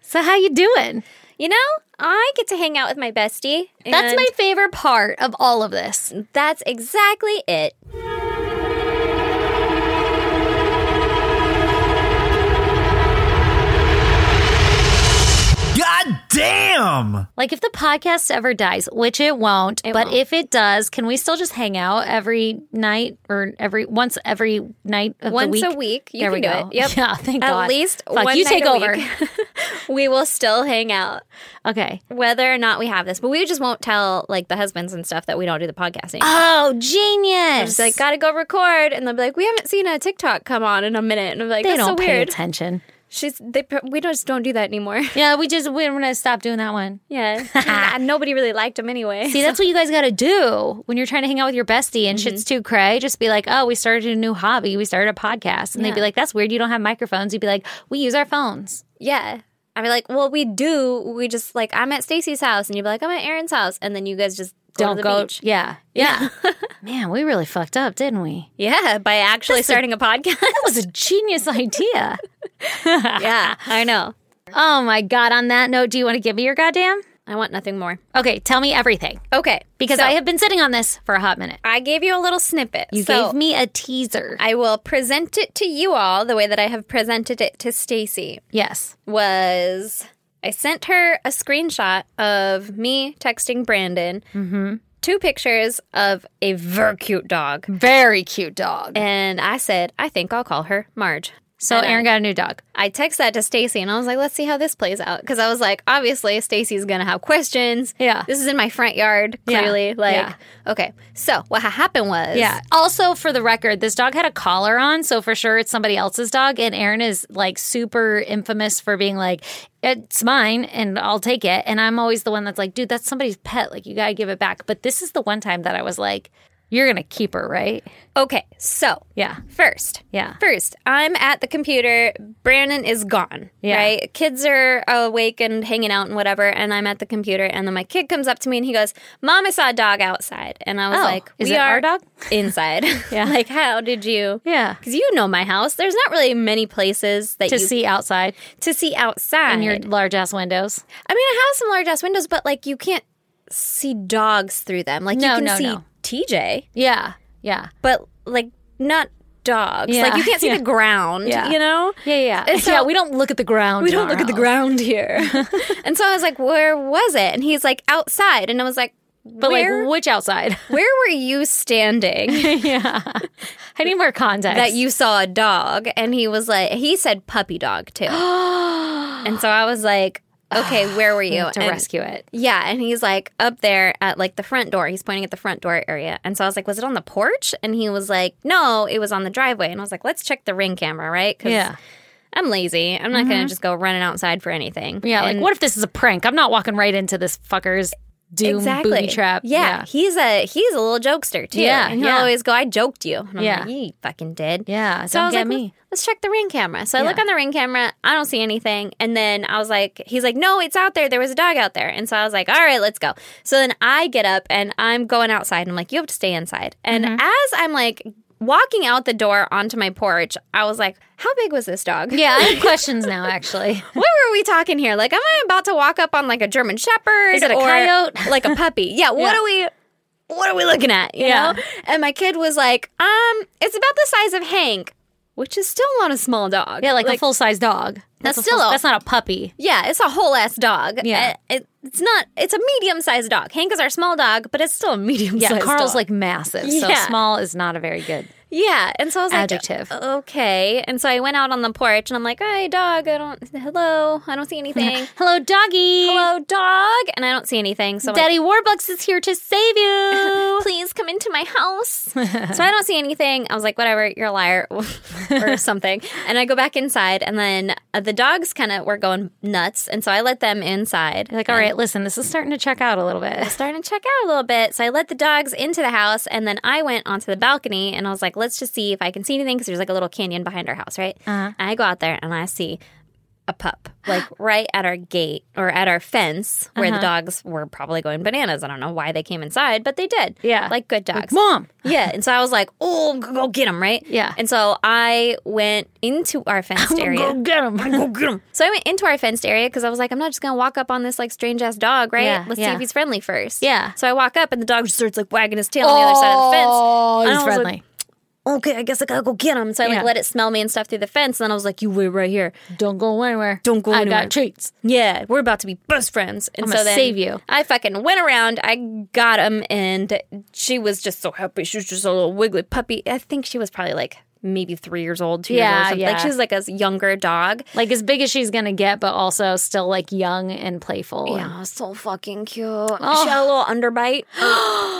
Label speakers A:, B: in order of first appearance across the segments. A: So how you doing?
B: You know, I get to hang out with my bestie.
A: That's
B: and
A: my favorite part of all of this.
B: That's exactly it.
C: God damn!
A: Like if the podcast ever dies, which it won't,
B: It
A: but
B: won't.
A: if it does, can we still just hang out every night or every once every night of
B: Once
A: the week?
B: a week, you
A: There
B: can
A: we
B: do
A: go.
B: it. Yep.
A: Yeah, thank
B: At
A: God.
B: least
A: Fuck,
B: one
A: you
B: night
A: take
B: a
A: over.
B: week. we will still hang out,
A: Okay.
B: whether or not we have this. But we just won't tell like the husbands and stuff that we don't do the podcast anymore.
A: Oh, genius!
B: It's like gotta go record, and they'll be like, "We haven't seen a TikTok come on in a minute," and I'm like,
A: they
B: "That's
A: don't
B: so
A: pay
B: weird."
A: attention.
B: She's they pr- we just don't do that anymore.
A: Yeah, we just we're gonna stop doing that one.
B: yeah, And nobody really liked them anyway.
A: See, that's what you guys got to do when you're trying to hang out with your bestie
B: Mm-hmm.
A: and shit's too cray. Just be like, oh, we started a new hobby. We started a podcast. And they'd be
B: Yeah.
A: like, that's weird. You don't have microphones. You'd be like, we use our phones.
B: Yeah. I'd be like, well, we do. We just like I'm at Stacy's house, and you'd be like, I'm at Aaron's house, and then you guys just go
A: don't
B: to the
A: go.
B: beach.
A: Yeah. Yeah. Man, we really fucked up, didn't we?
B: Yeah, by actually starting a podcast.
A: That was a genius idea.
B: yeah, I know.
A: Oh my God. On that note, do you want to give me your goddamn?
B: I want nothing more.
A: Okay. Tell me everything
B: Okay,
A: because
B: so
A: I have been sitting on this for a hot minute.
B: I gave you a little snippet.
A: You
B: so
A: gave me a teaser.
B: I will present it to you all the way that I have presented it to Stacy.
A: yes.
B: was I sent her a screenshot of me texting Brandon
A: Mm-hmm.
B: two pictures of a ver cute dog.
A: Mm-hmm. Very cute dog.
B: And I said, I think I'll call her Marge.
A: So
B: And I-
A: Aaron got a new dog.
B: I text that to Stacy and I was like, let's see how this plays out. Because I was like, obviously, Stacy's going to have questions.
A: Yeah.
B: This is in my front yard,
A: Yeah.
B: clearly. Like,
A: Yeah.
B: okay. So what ha- happened was.
A: Yeah. Also, for the record, this dog had a collar on, so for sure it's somebody else's dog. And Aaron is like super infamous for being like, "It's mine, and I'll take it." And I'm always the one that's like, "Dude, that's somebody's pet. Like, you gotta give it back." But this is the one time that I was like, "You're gonna keep her, right?"
B: Okay. So
A: Yeah.
B: first.
A: Yeah.
B: First, I'm at the computer. Brandon is gone.
A: Yeah.
B: Right? Kids are awake and hanging out and whatever. And I'm at the computer. And then my kid comes up to me and he goes, Mom, I saw a dog outside. And I was
A: Oh,
B: like,
A: is
B: we
A: it
B: are
A: our dog?
B: Inside.
A: Yeah.
B: like, how did you?
A: Yeah.
B: Because you know my house. There's not really many places that
A: To
B: you
A: see outside
B: to see outside.
A: in your large ass windows.
B: I mean, I have some large ass windows, but like you can't see dogs through them. Like
A: No,
B: you can
A: no,
B: see
A: no.
B: TJ,
A: Yeah. Yeah.
B: but like not dogs.
A: Yeah.
B: Like you can't see
A: Yeah.
B: the ground.
A: Yeah.
B: You know.
A: Yeah, yeah, yeah.
B: And so-
A: yeah, we don't look at the ground.
B: We
A: in
B: don't
A: our
B: look at the
A: house.
B: ground here. and so I was like, where was it? And he's like, outside. And I was like,
A: But
B: where,
A: like, which outside?
B: where were you standing
A: yeah, I need more context.
B: that you saw a dog? And he was like, he said puppy dog too. and so I was like, okay, where were you?
A: have to
B: And-
A: rescue it.
B: Yeah, and he's like up there at like the front door. He's pointing at the front door area. And so I was like, was it on the porch? And he was like, no, it was on the driveway. And I was like, let's check the ring camera, right? 'Cause
A: Yeah. Mm-hmm.
B: I'm lazy. I'm not going to just go running outside for anything.
A: Yeah,
B: And-
A: like what if this is a prank? I'm not walking right into this fucker's doom booby trap.
B: Yeah, he's a he's a little jokester too.
A: Yeah,
B: and he'll
A: yeah.
B: always go, "I joked you." And I'm
A: Yeah.
B: like, you fucking did.
A: yeah.
B: So I was
A: get
B: like,
A: me.
B: "Let's- let's check the ring camera. So I look
A: Yeah.
B: on the ring camera. I don't see anything. And then I was like, he's like, no, it's out there. There was a dog out there. And so I was like, all right, let's go. So then I get up and I'm going outside. And I'm like, you have to stay inside. And
A: Mm-hmm.
B: as I'm like walking out the door onto my porch, I was like, how big was this dog?
A: Yeah, I have questions now. Actually,
B: what were we talking here? Like, am I about to walk up on like a German Shepherd?
A: Is it a
B: or
A: coyote?
B: Like a puppy? Yeah. What
A: Yeah.
B: are we? What are we looking at? You
A: Yeah.
B: know. And my kid was like, um, it's about the size of Hank, which is still not a small dog.
A: yeah, like, a full size dog.
B: That's
A: a
B: still
A: full-
B: a-
A: that's not a puppy.
B: Yeah, it's a whole ass dog.
A: Yeah.
B: Uh, it- it's not. It's a medium sized dog. Hank is our small dog, but it's still a medium.
A: Yeah,
B: sized
A: Carl's
B: dog.
A: like massive, so
B: Yeah.
A: small is not a very good.
B: Yeah, and so I was
A: Adjective.
B: like, okay. And so I went out on the porch, and I'm like, hey, dog, I don't. Hello, I don't see anything.
A: Hello, doggy.
B: Hello, dog, and I don't see anything. So I'm like,
A: Daddy Warbucks is here to save you.
B: please come into my house. so I don't see anything. I was like, whatever, you're a liar or something. And I go back inside, and then uh, the dogs kind of were going nuts. And so I let them inside.
A: You're like, all right, listen, this is starting to check out a little bit.
B: Starting to check out a little bit. So I let the dogs into the house, and then I went onto the balcony and I was like, let's just see if I can see anything because there's like a little canyon behind our house, right?
A: Uh-huh.
B: And I go out there and I see. A a pup, like right at our gate or at our fence where the
A: Uh-huh.
B: dogs were probably going bananas. I don't know why they came inside, but they did.
A: Yeah.
B: Like good dogs.
A: Mom.
B: Yeah, and so I was like, "Oh, go go get him!" Right?
A: Yeah.
B: And so I went into our fenced
A: Go
B: area.
A: get him. Go get him.
B: So I went into our fenced area because I was like, "I'm not just gonna walk up on this like strange ass dog, right?
A: Yeah,
B: Let's see
A: yeah.
B: if he's friendly first.
A: Yeah.
B: So I walk up, and the dog just starts like wagging his tail on the other side of the fence.
A: Oh,
B: And
A: he's
B: I was like,
A: friendly.
B: Okay, I guess I gotta go get him. So I like
A: Yeah.
B: let it smell me and stuff through the fence. And then I was like, "You wait right here."
A: Don't go anywhere.
B: Don't go
A: I
B: anywhere.
A: got treats.
B: Yeah, we're about to be best friends. And
A: I'm
B: so
A: gonna
B: then
A: save you.
B: I fucking went around. I got him, and she was just so happy. She was just a little wiggly puppy. I think she was probably like maybe three years old, two years old.
A: Yeah,
B: or something. Like
A: yeah.
B: she was like a younger dog.
A: Like as big as she's gonna get, but also still like young and playful. and-
B: Yeah, so fucking cute.
A: oh.
B: She had a little underbite.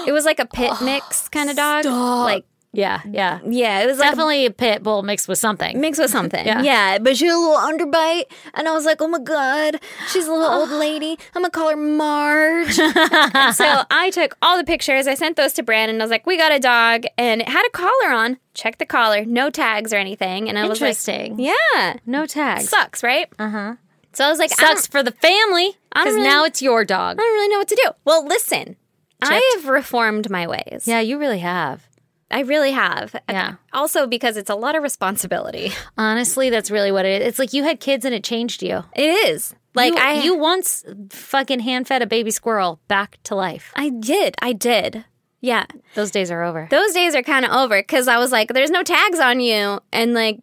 B: it was like a pit mix kind of dog. Like
A: yeah, yeah.
B: yeah, it was like a
A: Definitely a pit bull mixed with something.
B: mixed with something.
A: Yeah.
B: yeah. but she had a little underbite, and I was like, oh my god, she's a little old lady. I'm gonna call her Marge. And so I took all the pictures. I sent those to Brandon. I was like, we got a dog, and it had a collar on. Check the collar, no tags or anything. And I was like,
A: Interesting.
B: yeah,
A: No tags.
B: sucks, right? Uh huh. So I was like, I don't,
A: Sucks for the family
B: I don't
A: because
B: really-
A: now it's your dog.
B: I don't really know what to do. Well, listen, I have reformed my ways.
A: Yeah, you really have.
B: I really have.
A: Yeah.
B: Also, because it's a lot of responsibility.
A: Honestly, that's really what it is. It's like you had kids and it changed you.
B: It is like
A: you,
B: I
A: you once fucking hand fed a baby squirrel back to life.
B: I did. I did. Yeah.
A: Those days are over.
B: Those days are kind of over because I was like, there's no tags on you. And like,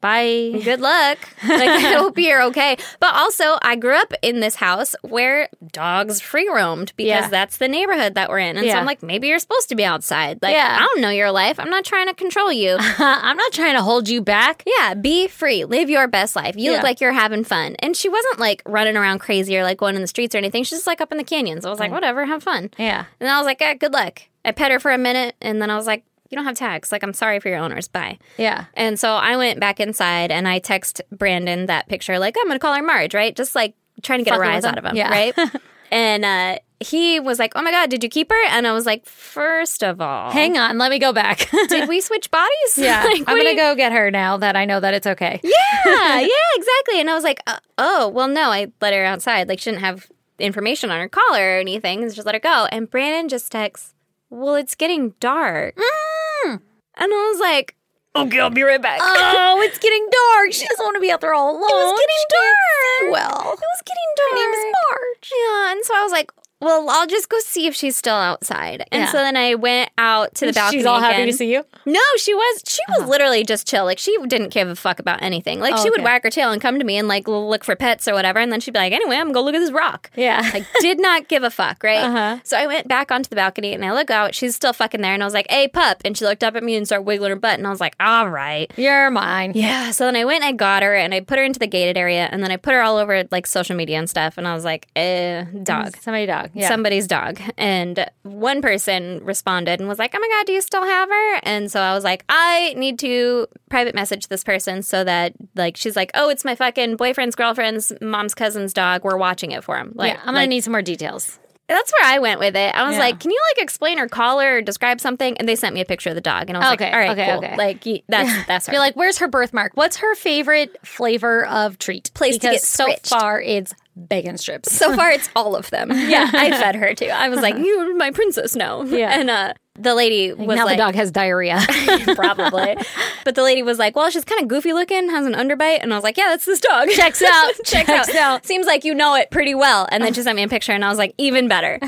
A: Bye.
B: good luck. like, I hope you're okay. But also, I grew up in this house where dogs free roamed because
A: Yeah.
B: that's the neighborhood that we're in. And so
A: Yeah.
B: I'm like, maybe you're supposed to be outside. Like,
A: Yeah.
B: I don't know your life. I'm not trying to control you.
A: I'm not trying to hold you back.
B: Yeah, be free. Live your best life. You
A: Yeah.
B: look like you're having fun. And she wasn't like running around crazy or like going in the streets or anything. She's just like up in the canyons. I was like, whatever, have fun.
A: Oh. Yeah.
B: And I was like, eh, good luck. I pet her for a minute and then I was like, you don't have tags. Like, I'm sorry for your owners. Bye.
A: Yeah.
B: And so I went back inside and I text Brandon that picture, like, "Oh, I'm going to call her Marge, right? Just like trying to get
A: Fucking
B: a
A: with
B: rise
A: him.
B: out of him,
A: Yeah.
B: right? and uh, he was like, oh my God, did you keep her? And I was like, first of all,
A: Hang on. Let me go back.
B: did we switch bodies?
A: yeah.
B: Like,
A: I'm
B: what do
A: going to
B: you-
A: go get her now that I know that it's okay. Yeah.
B: yeah, yeah, exactly. And I was like, uh, oh, well, no, I let her outside. Like, she didn't have information on her collar or anything. Just let her go. And Brandon just texts, well, it's getting dark. Mm. And I was like, okay, I'll be right back. Oh,
A: Oh, it's getting dark. She doesn't want to be out there all alone.
B: it was getting dark.
A: well.
B: it was getting dark.
A: name is
B: Marge. Yeah, and so I was like, well, I'll just go see if she's still outside. And
A: Yeah.
B: so then I went out to the balcony.
A: She's all happy
B: again.
A: to see you.
B: No, she was she was literally just chill. Like she didn't give a fuck about anything. Like
A: Uh-huh. Oh,
B: she would
A: okay.
B: wag her tail and come to me and like l- look for pets or whatever, and then she'd be like, "Anyway, I'm gonna go look at this rock."
A: Yeah.
B: Like did not give a fuck, right?
A: Uh-huh.
B: So I went back onto the balcony and I look out. She's still fucking there, and I was like, "Hey, pup!" And she looked up at me and started wiggling her butt, and I was like, "All right."
A: You're mine.
B: Yeah. So then I went and I got her and I put her into the gated area and then I put her all over like social media and stuff, and I was like, "Eh, dog."
A: Somebody dog. Yeah.
B: somebody's dog. And one person responded and was like, Oh my God, do you still have her? And so I was like, I need to private message this person so that, like, she's like, Oh, it's my fucking boyfriend's girlfriend's mom's cousin's dog. We're watching it for him. Like,
A: yeah. I'm going
B: like,
A: to need some more details.
B: that's where I went with it. I was
A: Yeah.
B: like, Can you, like, explain or call her or describe something? And they sent me a picture of the dog. And I was
A: Okay,
B: like, All right,
A: okay,
B: cool.
A: okay.
B: Like, y- that's, that's her.
A: You're like, where's her birthmark? What's her favorite flavor of treat?
B: Place to
A: because
B: get
A: so
B: scritched.
A: far it's bacon strips.
B: so far it's all of them. Yeah, I fed her too. I was like, You're my princess now.
A: Uh-huh. Yeah.
B: And uh, the lady was
A: now
B: like,
A: the dog has diarrhea.
B: probably. but the lady was like, "Well, she's kind of goofy looking, has an underbite," and I was like, "Yeah, that's this dog. Checks
A: out.
B: checks,
A: Checks
B: out.
A: out.
B: Seems like you know it pretty well." And then she sent me a picture, and I was like, "Even better."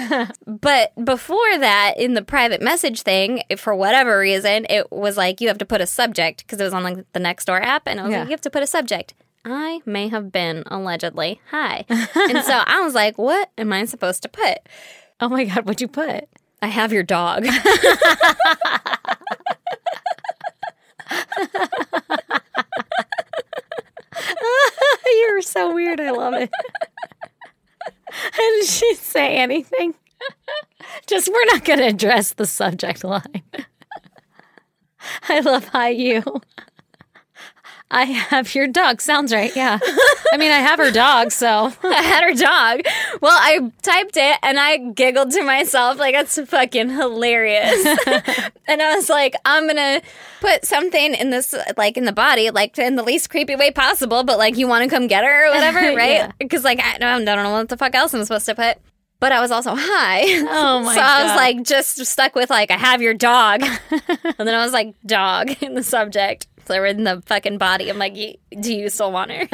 B: but before that, in the private message thing, if for whatever reason, it was like you have to put a subject because it was on like the Nextdoor app, and I was
A: Yeah.
B: like, "You have to put a subject." I may have been allegedly high, and so I was like, "What am I supposed to put?"
A: oh my god, what'd you put?
B: I have your dog.
A: You're so weird. I love it. Did she say anything? Just we're not going to address the subject line. I love hi you. I have your dog. Sounds right. Yeah. I mean, I have her dog, so
B: I had her dog. Well, I typed it and I giggled to myself like that's fucking hilarious. and I was like, I'm gonna put something in this like in the body, like in the least creepy way possible. But like, you want to come get her or whatever,
A: Yeah.
B: right? Because like I don't, I don't know what the fuck else I'm supposed to put. But I was also high.
A: Oh, my
B: So I was
A: God.
B: like just stuck with like I have your dog, and then I was like dog in the subject. So we're in the fucking body. I'm like, "Y- do you still want her?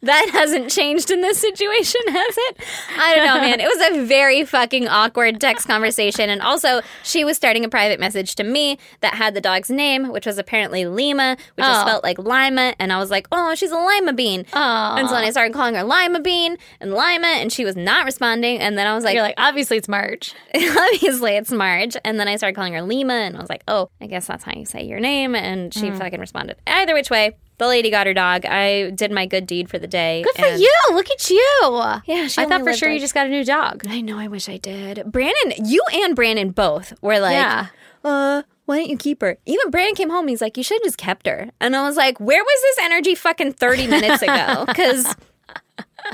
B: that hasn't changed in this situation, has it? I don't know, man. It was a very fucking awkward text conversation. And also, she was starting a private message to me that had the dog's name, which was apparently Lima, which is
A: Oh.
B: spelled like Lima. And I was like, oh, she's a Lima bean.
A: Aw.
B: And so then I started calling her Lima bean and Lima, and she was not responding. And then I was like,
A: you're like, obviously it's March.
B: obviously it's Marge. And then I started calling her Lima, and I was like, oh, I guess that's how you say your name. And she
A: Mm.
B: fucking responded. Either which way. The lady got her dog. I did my good deed for the day.
A: Good for
B: and-
A: you. Look at you.
B: Yeah, she
A: I thought
B: only
A: for
B: lived,
A: sure you
B: like-
A: just got a new dog.
B: I know. I wish I did. Brandon, you and Brandon both were like,
A: Yeah.
B: uh, why don't you keep her? Even Brandon came home. He's like, you should have just kept her. And I was like, where was this energy fucking 30 minutes ago? Because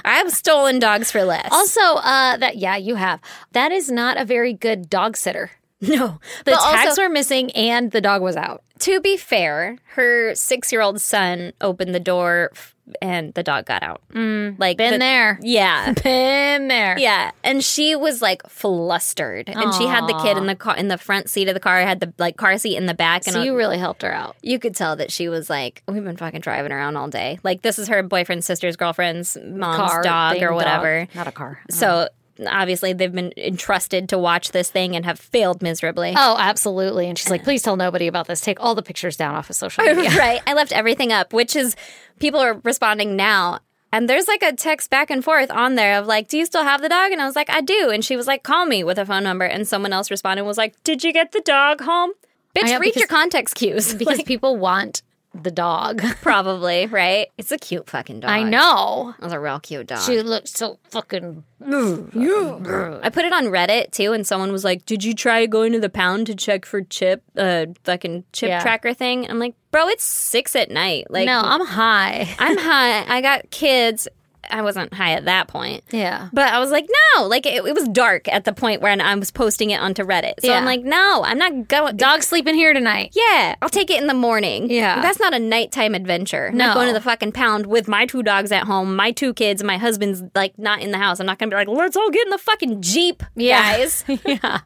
B: I've stolen dogs for less.
A: Also, uh, that yeah, you have. That is not a very good dog sitter.
B: no.
A: The
B: But
A: tags
B: also,
A: were missing, and the dog was out.
B: to be fair, her six year old son opened the door f- and the dog got out. Mm, like,
A: Been
B: the-
A: there,
B: Yeah.
A: been there.
B: Yeah, and she was like flustered, and she had the kid in the car in the front seat of the car. Had the like car seat in the back, and
A: So
B: I-
A: you really helped her out.
B: you could tell that she was like, we've been fucking driving around all day. Like this is her boyfriend's sister's girlfriend's mom's
A: Car
B: dog
A: thing,
B: or whatever.
A: Not a car.
B: So obviously they've been entrusted to watch this thing and have failed miserably.
A: Oh, absolutely. And she's like, please tell nobody about this. Take all the pictures down off of social media.
B: Oh, right. I left everything up, which is people are responding now. And there's like a text back and forth on there of like, do you still have the dog? And I was like, I do. And she was like, call me with a phone number. And someone else responded and was like, did you get the dog home? Bitch,
A: yeah,
B: read
A: because-
B: your context cues.
A: Because
B: Like,
A: people want the dog.
B: probably, right? It's a cute fucking dog.
A: I know.
B: It was a real cute dog.
A: She looked so fucking.
B: I put it on Reddit too, and someone was like, "Did you try going to the pound to check for chip, uh, fucking chip
A: Yeah.
B: tracker thing?" And I'm like, "Bro, it's six at night. Like,
A: no, I'm high.
B: I'm high. I got kids. I wasn't high at that point."
A: Yeah.
B: But I was like, no, like it, it was dark at the point when I was posting it onto Reddit. So I'm
A: Yeah.
B: like, no, I'm not going.
A: Dog's sleeping here tonight.
B: Yeah, I'll take it in the morning.
A: Yeah.
B: That's not a nighttime adventure. I'm Not
A: No.
B: going to the fucking pound with my two dogs at home, my two kids, and my husband's like not in the house. I'm not gonna be like, let's all get in the fucking Jeep,
A: Yeah.
B: guys.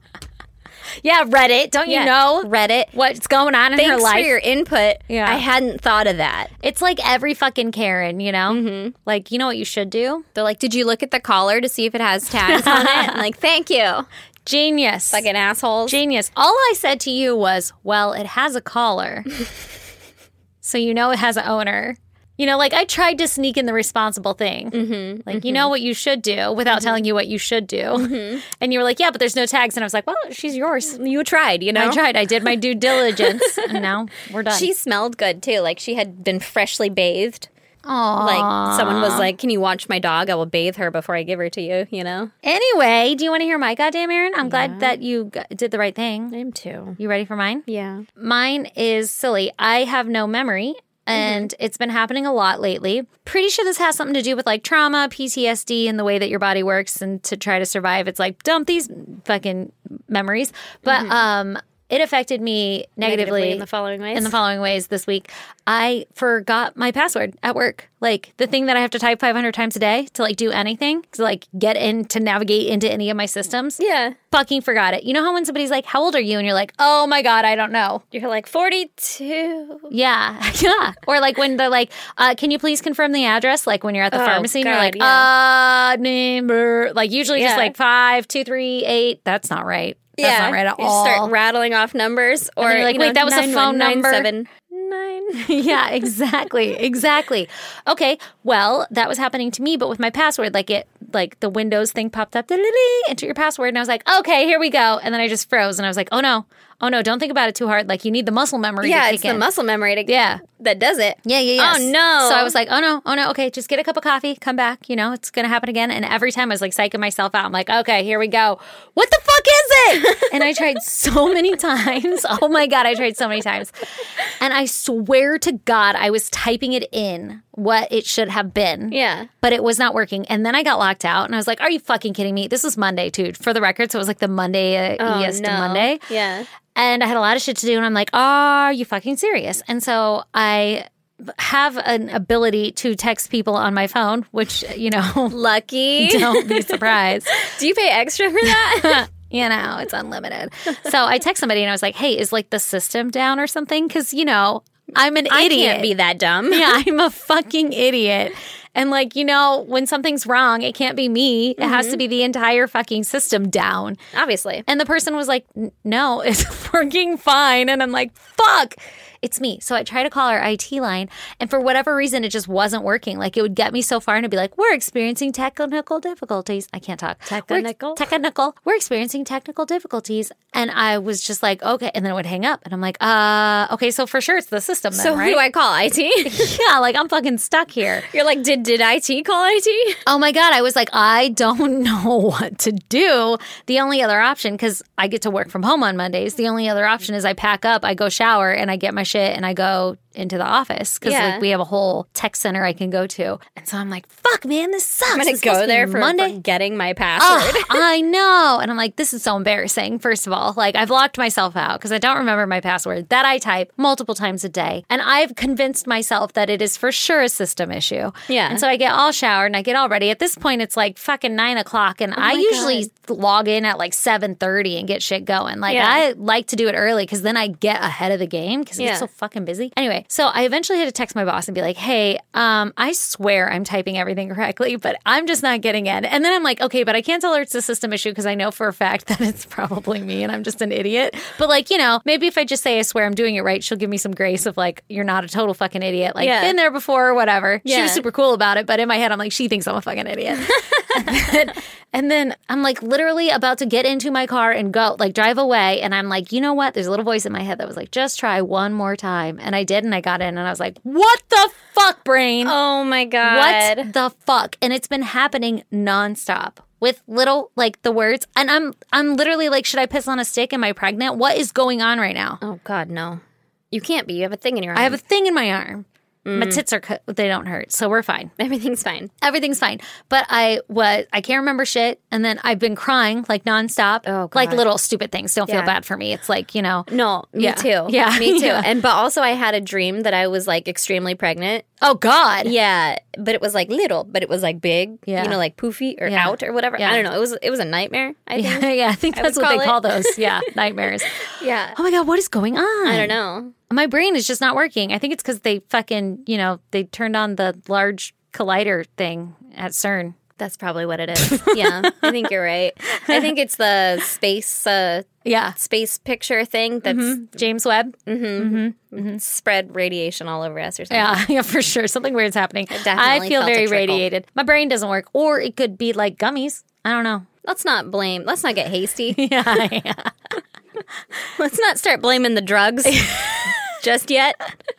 A: Yeah, Reddit. Don't
B: Yeah.
A: Oh, you know
B: Reddit.
A: what's going on in
B: Thanks
A: her life?
B: for your input.
A: Yeah.
B: I hadn't thought of that.
A: It's like every fucking Karen, you know? Mm-hmm. Like, you know what you should do?
B: They're like, did you look at the collar to see if it has tags on it? I'm like, thank you.
A: Genius.
B: Fucking assholes.
A: Genius. All I said to you was, well, it has a collar. so you know it has an owner. You know, like I tried to sneak in the responsible thing. Mm-hmm, Mm-hmm. like, you know what you should do without telling you what you should do. And you were like, yeah, but there's no tags. And I was like, well, she's yours.
B: you tried, you know?
A: I tried. I did my due diligence. and now we're done.
B: She smelled good too. Like she had been freshly bathed.
A: Aw.
B: Like someone was like, "Can you watch my dog? I will bathe her before I give her to you." You know.
A: Anyway, do you want to hear my goddamn Aaron? I'm glad that you g- did the right thing.
B: am too.
A: You ready for mine?
B: Yeah.
A: Mine is silly. I have no memory.
B: Mm-hmm.
A: And it's been happening a lot lately. Pretty sure this has something to do with like trauma, PTSD, and the way that your body works. And to try to survive, it's like dump these fucking memories. But um, it affected me negatively,
B: Mm-hmm. in the following ways.
A: in the following ways this week. I forgot my password at work. Like the thing that I have to type 500 times a day to like do anything, to like get in to navigate into any of my systems.
B: yeah.
A: Fucking forgot it. You know how when somebody's like, "How old are you?" and you're like, "Oh my god, I don't know."
B: You're like 42.
A: Yeah, yeah. Or like when they're like, uh, "Can you please confirm the address?" Like when you're at the
B: Oh,
A: pharmacy, and you're
B: God,
A: like, "Uh, number," like usually
B: Yeah.
A: just like five, two, three, eight. That's not right.
B: Yeah.
A: That's not right at
B: you
A: all.
B: just start rattling off numbers, or
A: then you're like,
B: you
A: "Wait,
B: know,
A: that was a phone number."
B: 9197. Nine.
A: yeah, exactly. Exactly. Okay. Well, that was happening to me, but with my password, like it, like the Windows thing popped up, "Da-da-dee," enter your password. And I was like, okay, here we go. And then I just froze and I was like, oh no, oh no, don't think about it too hard. Like you need the muscle memory.
B: yeah,
A: to
B: it's
A: kick
B: the
A: in.
B: muscle memory to,
A: Yeah.
B: that does it.
A: Yeah, yeah, yeah.
B: Oh, no.
A: So I was like, oh no, oh no, okay, just get a cup of coffee, come back. You know, it's gonna happen again. And every time I was like psyching myself out. I'm like, okay, here we go. What the fuck is it? and I tried so many times. Oh my god, I tried so many times. And I swear to God, I was typing it in what it should have been.
B: Yeah.
A: But it was not working. And then I got locked out and I was like, are you fucking kidding me? This was Monday, too, for the record. So it was like the Monday, uh,
B: Oh,
A: yes to
B: no.
A: Monday.
B: Yeah.
A: And I had a lot of shit to do. And I'm like, are you fucking serious? And so I have an ability to text people on my phone, which, you know,
B: Lucky.
A: don't be surprised.
B: Do you pay extra for that?
A: you know, it's unlimited. So I text somebody and I was like, hey, is like the system down or something? Cause, you know, I'm an
B: I
A: idiot.
B: can't be that dumb.
A: yeah, I'm a fucking idiot. And like, you know, when something's wrong, it can't be me. It has
B: Mm-hmm.
A: to be the entire fucking system down.
B: Obviously.
A: And the person was like, "N- no, it's working fine. And I'm like, fuck, it's me. So I try to call our IT line. And for whatever reason, it just wasn't working. Like it would get me so far and it'd be like, we're experiencing technical difficulties. I can't talk. We're ex-
B: Technical?
A: technical. We're experiencing technical difficulties. And I was just like, okay. And then it would hang up. And I'm like, uh, okay, so for sure it's the system then,
B: So
A: right?
B: who do I call? IT?
A: yeah, like I'm fucking stuck here.
B: You're like, did did IT call IT?
A: Oh my God. I was like, I don't know what to do. The only other option, because I get to work from home on Mondays, the only other option is I pack up, I go shower, and I get my shit and I go into the office because
B: Yeah.
A: like we have a whole tech center I can go to. And so I'm like, fuck, man, this sucks.
B: I'm gonna
A: It's supposed
B: go
A: to be
B: there for
A: Monday.
B: getting my
A: Ugh,
B: password.
A: Ah, I know. And I'm like, this is so embarrassing. First of all, like I've locked myself out because I don't remember my password that I type multiple times a day. And I've convinced myself that it is for sure a system issue.
B: Yeah.
A: And so I get all showered and I get all ready. At this point, it's like fucking nine o'clock.
B: Oh
A: And I usually log in at like 7.30 and get shit going. Like
B: Yeah.
A: I like to do it early because then I get ahead of the game because
B: Yeah.
A: it's so fucking busy. Anyway, so I eventually had to text my boss and be like, hey, um, I swear I'm typing everything correctly, but I'm just not getting it. And then I'm like, okay, but I can't tell her it's a system issue because I know for a fact that it's probably me and I'm just an idiot. But like, you know, maybe if I just say I swear I'm doing it right, she'll give me some grace of like, you're not a total fucking idiot. Like,
B: Yeah.
A: been there before or whatever. She
B: Yeah.
A: was super cool about it, but in my head, I'm like, she thinks I'm a fucking idiot. and, and then I'm like literally about to get into my car and go, like drive away. And I'm like, you know what? There's a little voice in my head that was like, just try one more time. And I did. And I got in and I was like, what the fuck, brain?
B: Oh my god.
A: what the fuck? And it's been happening nonstop with little like the words. And I'm I'm literally like, should I piss on a stick? Am I pregnant? What is going on right now?
B: Oh god, no. You can't be. You have a thing in your arm.
A: I have a thing in my arm.
B: Mm.
A: My tits are cut. They don't hurt. So we're fine.
B: everything's fine.
A: everything's fine. But I was I can't remember shit, and then I've been crying like nonstop,
B: Oh, God.
A: like little stupid things. Don't
B: Yeah.
A: feel bad for me. It's like you know,
B: No, me
A: Yeah.
B: too.
A: Yeah.
B: me too.
A: Yeah.
B: And but also, I had a dream that I was like extremely pregnant.
A: oh God,
B: Yeah, but it was like little, but it was like big.
A: Yeah.
B: you know, like poofy or
A: Yeah.
B: out or whatever.
A: Yeah.
B: I don't know. It was it was a nightmare. I think.
A: yeah, yeah. I think
B: I
A: that's
B: would
A: what they call
B: call
A: those. Yeah, nightmares.
B: Yeah,
A: Oh my God, what is going on?
B: I don't know.
A: My brain is just not working. I think it's because they fucking you know they turned on the large collider thing at CERN.
B: That's probably what it is. yeah, I think you're right. I think it's the space uh,
A: Yeah,
B: space picture thing that's
A: James Webb.
B: Mm-hmm. spread radiation all over us or something.
A: Yeah, yeah, for sure. Something weird's happening.
B: definitely
A: I feel
B: felt a
A: very
B: trickle.
A: radiated. My brain doesn't work, or it could be like gummies. I don't know.
B: Let's not blame. Let's not get hasty.
A: Yeah, yeah.
B: let's not start blaming the drugs just yet.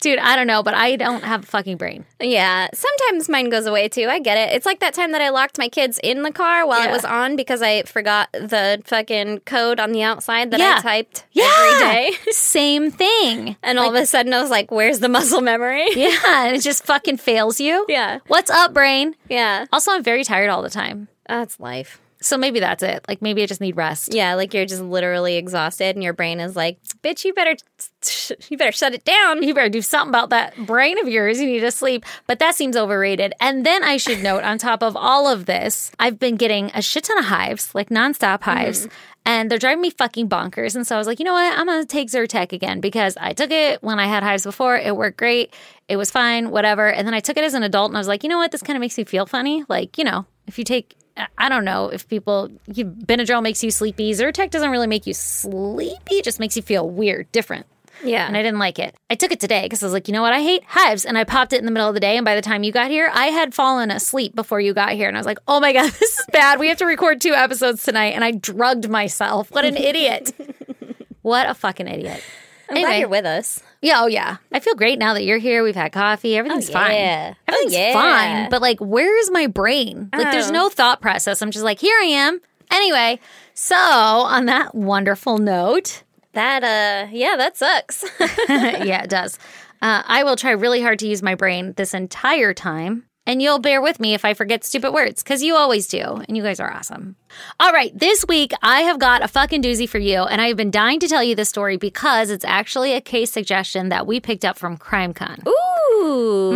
A: Dude, I don't know, but I don't have a fucking brain.
B: Yeah, sometimes mine goes away too. I get it. It's like that time that I locked my kids in the car while it
A: Yeah.
B: was on because I forgot the fucking code on the outside that I
A: Yeah.
B: typed every day.
A: Same thing.
B: And all of a sudden I was like, where's the muscle memory? Yeah.
A: Yeah, and it just fucking fails you.
B: Yeah.
A: What's up, brain? Also, I'm very tired all the time.
B: That's Oh, life.
A: So maybe that's it. Like maybe I just need rest.
B: Yeah, like you're just literally exhausted and your brain is like, bitch, you better you better shut it down.
A: You better do something about that brain of yours. You need to sleep. But that seems overrated. And then I should note, on top of all of this, I've been getting a shit ton of hives, like nonstop hives. And they're driving me fucking bonkers. And so I was like, you know what? I'm going to take Zyrtec again because I took it when I had hives before. It worked great. It was fine, whatever. And then I took it as an adult and I was like, you know what? This kind of makes me feel funny. Like, you know, if you take, I- I don't know if people, you, Benadryl makes you sleepy. Zyrtec doesn't really make you sleepy, it just makes you feel weird, different
B: Yeah.
A: and I didn't like it. I took it today because I was like, you know what? I hate hives. And I popped it in the middle of the day. And by the time you got here, I had fallen asleep before you got here. And I was like, oh my God, this is bad. We have to record two episodes tonight. And I drugged myself. What an idiot. What a fucking idiot.
B: I'm glad
A: Anyway.
B: you're with us.
A: Yeah, oh yeah. I feel great now that you're here. We've had coffee. Everything's fine.
B: yeah. Oh,
A: Everything's
B: yeah.
A: fine. But like, where's my brain? Like, there's
B: Oh.
A: no thought process. I'm just like, here I am. Anyway, so on that wonderful note,
B: That uh yeah, that sucks.
A: yeah, it does. Uh, I will try really hard to use my brain this entire time. And you'll bear with me if I forget stupid words, because you always do, and you guys are awesome. All right, this week I have got a fucking doozy for you, and I have been dying to tell you this story because it's actually a case suggestion that we picked up from CrimeCon.
B: Ooh.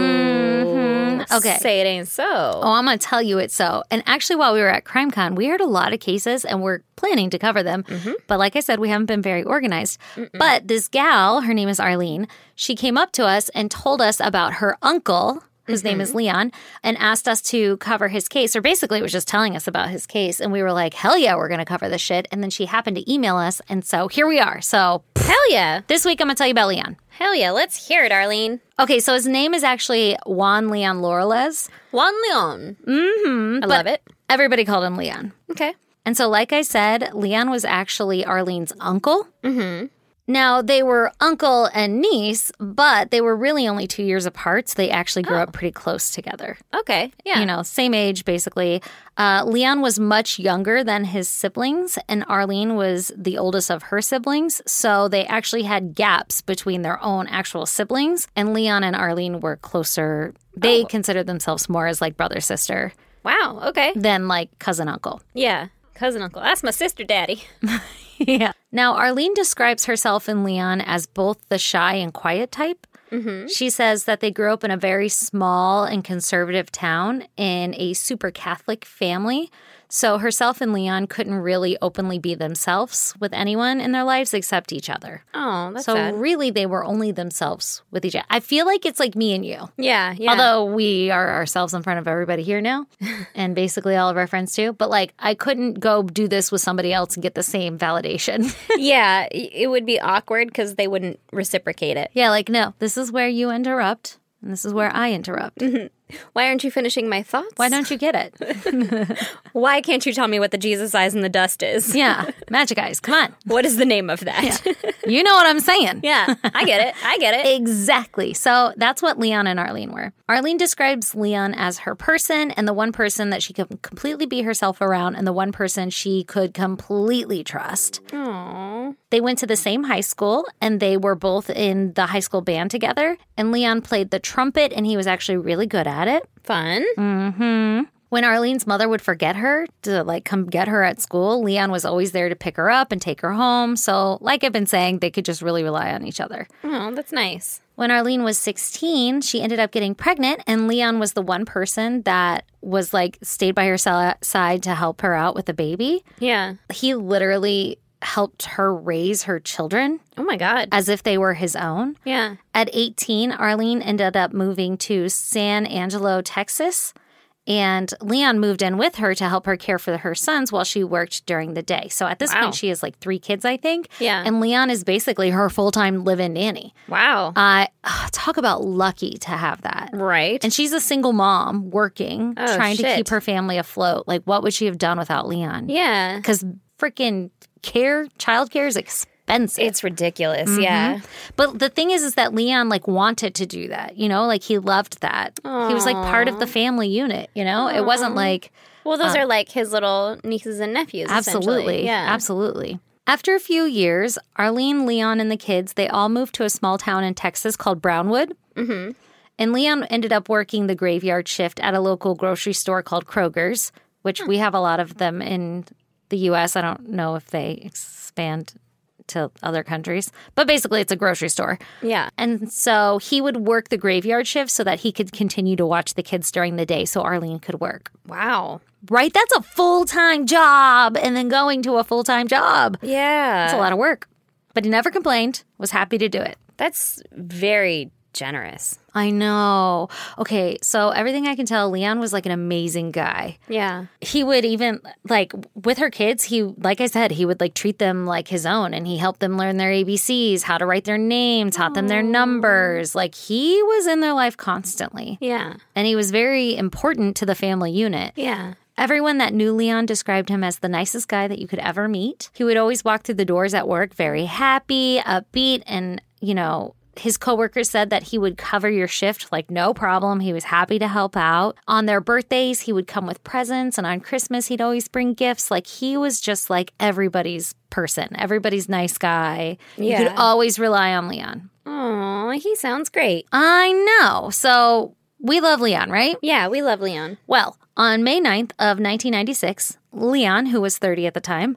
A: Okay.
B: Mm-hmm. Say it ain't so.
A: Oh, I'm going to tell you it so. And actually, while we were at CrimeCon, we heard a lot of cases and we're planning to cover them. But like I said, we haven't been very organized. But this gal, her name is Arlene, she came up to us and told us about her uncle. Whose name is Leon, and asked us to cover his case, or basically was just telling us about his case. And we were like, hell yeah, we're going to cover this shit. And then she happened to email us. And so here we are. So
B: Hell yeah.
A: this week, I'm going to tell you about Leon.
B: Hell yeah. Let's hear it, Arlene.
A: Okay, so his name is actually Juan Leon Laureles.
B: Juan Leon. Mm-hmm. I love it.
A: Everybody called him Leon.
B: Okay.
A: And so, like I said, Leon was actually Arlene's uncle. Mm-hmm. Now, they were uncle and niece, but they were really only two years apart. So, they actually grew up pretty close together.
B: Okay. Yeah.
A: You know, same age, basically. Uh, Leon was much younger than his siblings, and Arlene was the oldest of her siblings. So, they actually had gaps between their own actual siblings. And Leon and Arlene were closer. They considered themselves more as like brother sister
B: Wow. Okay.
A: than like cousin uncle.
B: Yeah. Cousin uncle. That's my sister daddy.
A: Yeah. Now, Arlene describes herself and Leon as both the shy and quiet type.
B: Mm-hmm.
A: She says that they grew up in a very small and conservative town in a super Catholic family. So, herself and Leon couldn't really openly be themselves with anyone in their lives except each other.
B: Oh, that's
A: so,
B: sad.
A: really, they were only themselves with each other. I feel like it's like me and you.
B: Yeah. Yeah.
A: Although we are ourselves in front of everybody here now and basically all of our friends too. But like, I couldn't go do this with somebody else and get the same validation.
B: yeah, y- it would be awkward because they wouldn't reciprocate it.
A: Yeah, like, no, this is where you interrupt, and this is where I interrupt.
B: Why aren't you finishing my thoughts?
A: Why don't you get it?
B: Why can't you tell me what the Jesus eyes in the dust is?
A: Yeah, magic eyes, come on.
B: What is the name of that? Yeah.
A: You know what I'm saying.
B: I get it. I get it.
A: Exactly. So that's what Leon and Arlene were. Arlene describes Leon as her person and the one person that she could completely be herself around and the one person she could completely trust. They went to the same high school and they were both in the high school band together. And Leon played the trumpet and he was actually really good at it.
B: Fun.
A: When Arlene's mother would forget her to like come get her at school, Leon was always there to pick her up and take her home. So, like I've been saying, they could just really rely on each other.
B: Oh, that's nice.
A: When Arlene was 16, she ended up getting pregnant, and Leon was the one person that was like stayed by her si- side to help her out with the baby.
B: Yeah.
A: He literally helped her raise her children
B: Oh my God.
A: as if they were his own.
B: yeah.
A: At 18, Arlene ended up moving to San Angelo, Texas, and Leon moved in with her to help her care for her sons while she worked during the day. So at this
B: Wow.
A: point, she has like three kids, I think.
B: Yeah.
A: And Leon is basically her full time live in nanny.
B: Wow.
A: I ugh, talk about lucky to have that.
B: right.
A: And she's a single mom working,
B: Oh,
A: trying to
B: shit.
A: keep her family afloat. Like, what would she have done without Leon?
B: yeah.
A: Because freaking care, childcare is expensive.
B: It's ridiculous. Yeah.
A: But the thing is, is that Leon like wanted to do that, you know, like he loved that. He was like part of the family unit, you know? It wasn't like,
B: Well, those are like his little nieces and nephews.
A: Uh,
B: essentially.
A: absolutely.
B: Yeah.
A: Absolutely. After a few years, Arlene, Leon, and the kids, they all moved to a small town in Texas called Brownwood. Mm-hmm. And Leon ended up working the graveyard shift at a local grocery store called Kroger's, which
B: Hmm.
A: we have a lot of them in the US. I don't know if they expand to other countries, but basically it's a grocery store.
B: yeah.
A: And so he would work the graveyard shift so that he could continue to watch the kids during the day so Arlene could work.
B: Wow.
A: Right? That's a full time job and then going to a full time job.
B: Yeah.
A: That's a lot of work. But he never complained, was happy to do it.
B: That's very generous.
A: I know. Okay, so everything I can tell, Leon was like an amazing guy.
B: Yeah.
A: He would even, like, with her kids, he, like I said, he would like treat them like his own and he helped them learn their ABCs, how to write their names, taught them their numbers. Like, he was in their life constantly.
B: Yeah.
A: and he was very important to the family unit.
B: Yeah.
A: Everyone that knew Leon described him as the nicest guy that you could ever meet. He would always walk through the doors at work very happy, upbeat, and, you know, his coworkers said that he would cover your shift like no problem. He was happy to help out. On their birthdays, he would come with presents, and on Christmas, he'd always bring gifts. Like he was just like everybody's person, everybody's nice guy. You
B: Yeah.
A: could always rely on Leon.
B: Oh, he sounds great.
A: I know. So we love Leon, right?
B: Yeah, we love Leon.
A: Well, on May 9th of 1996, Leon, who was 30 at the time,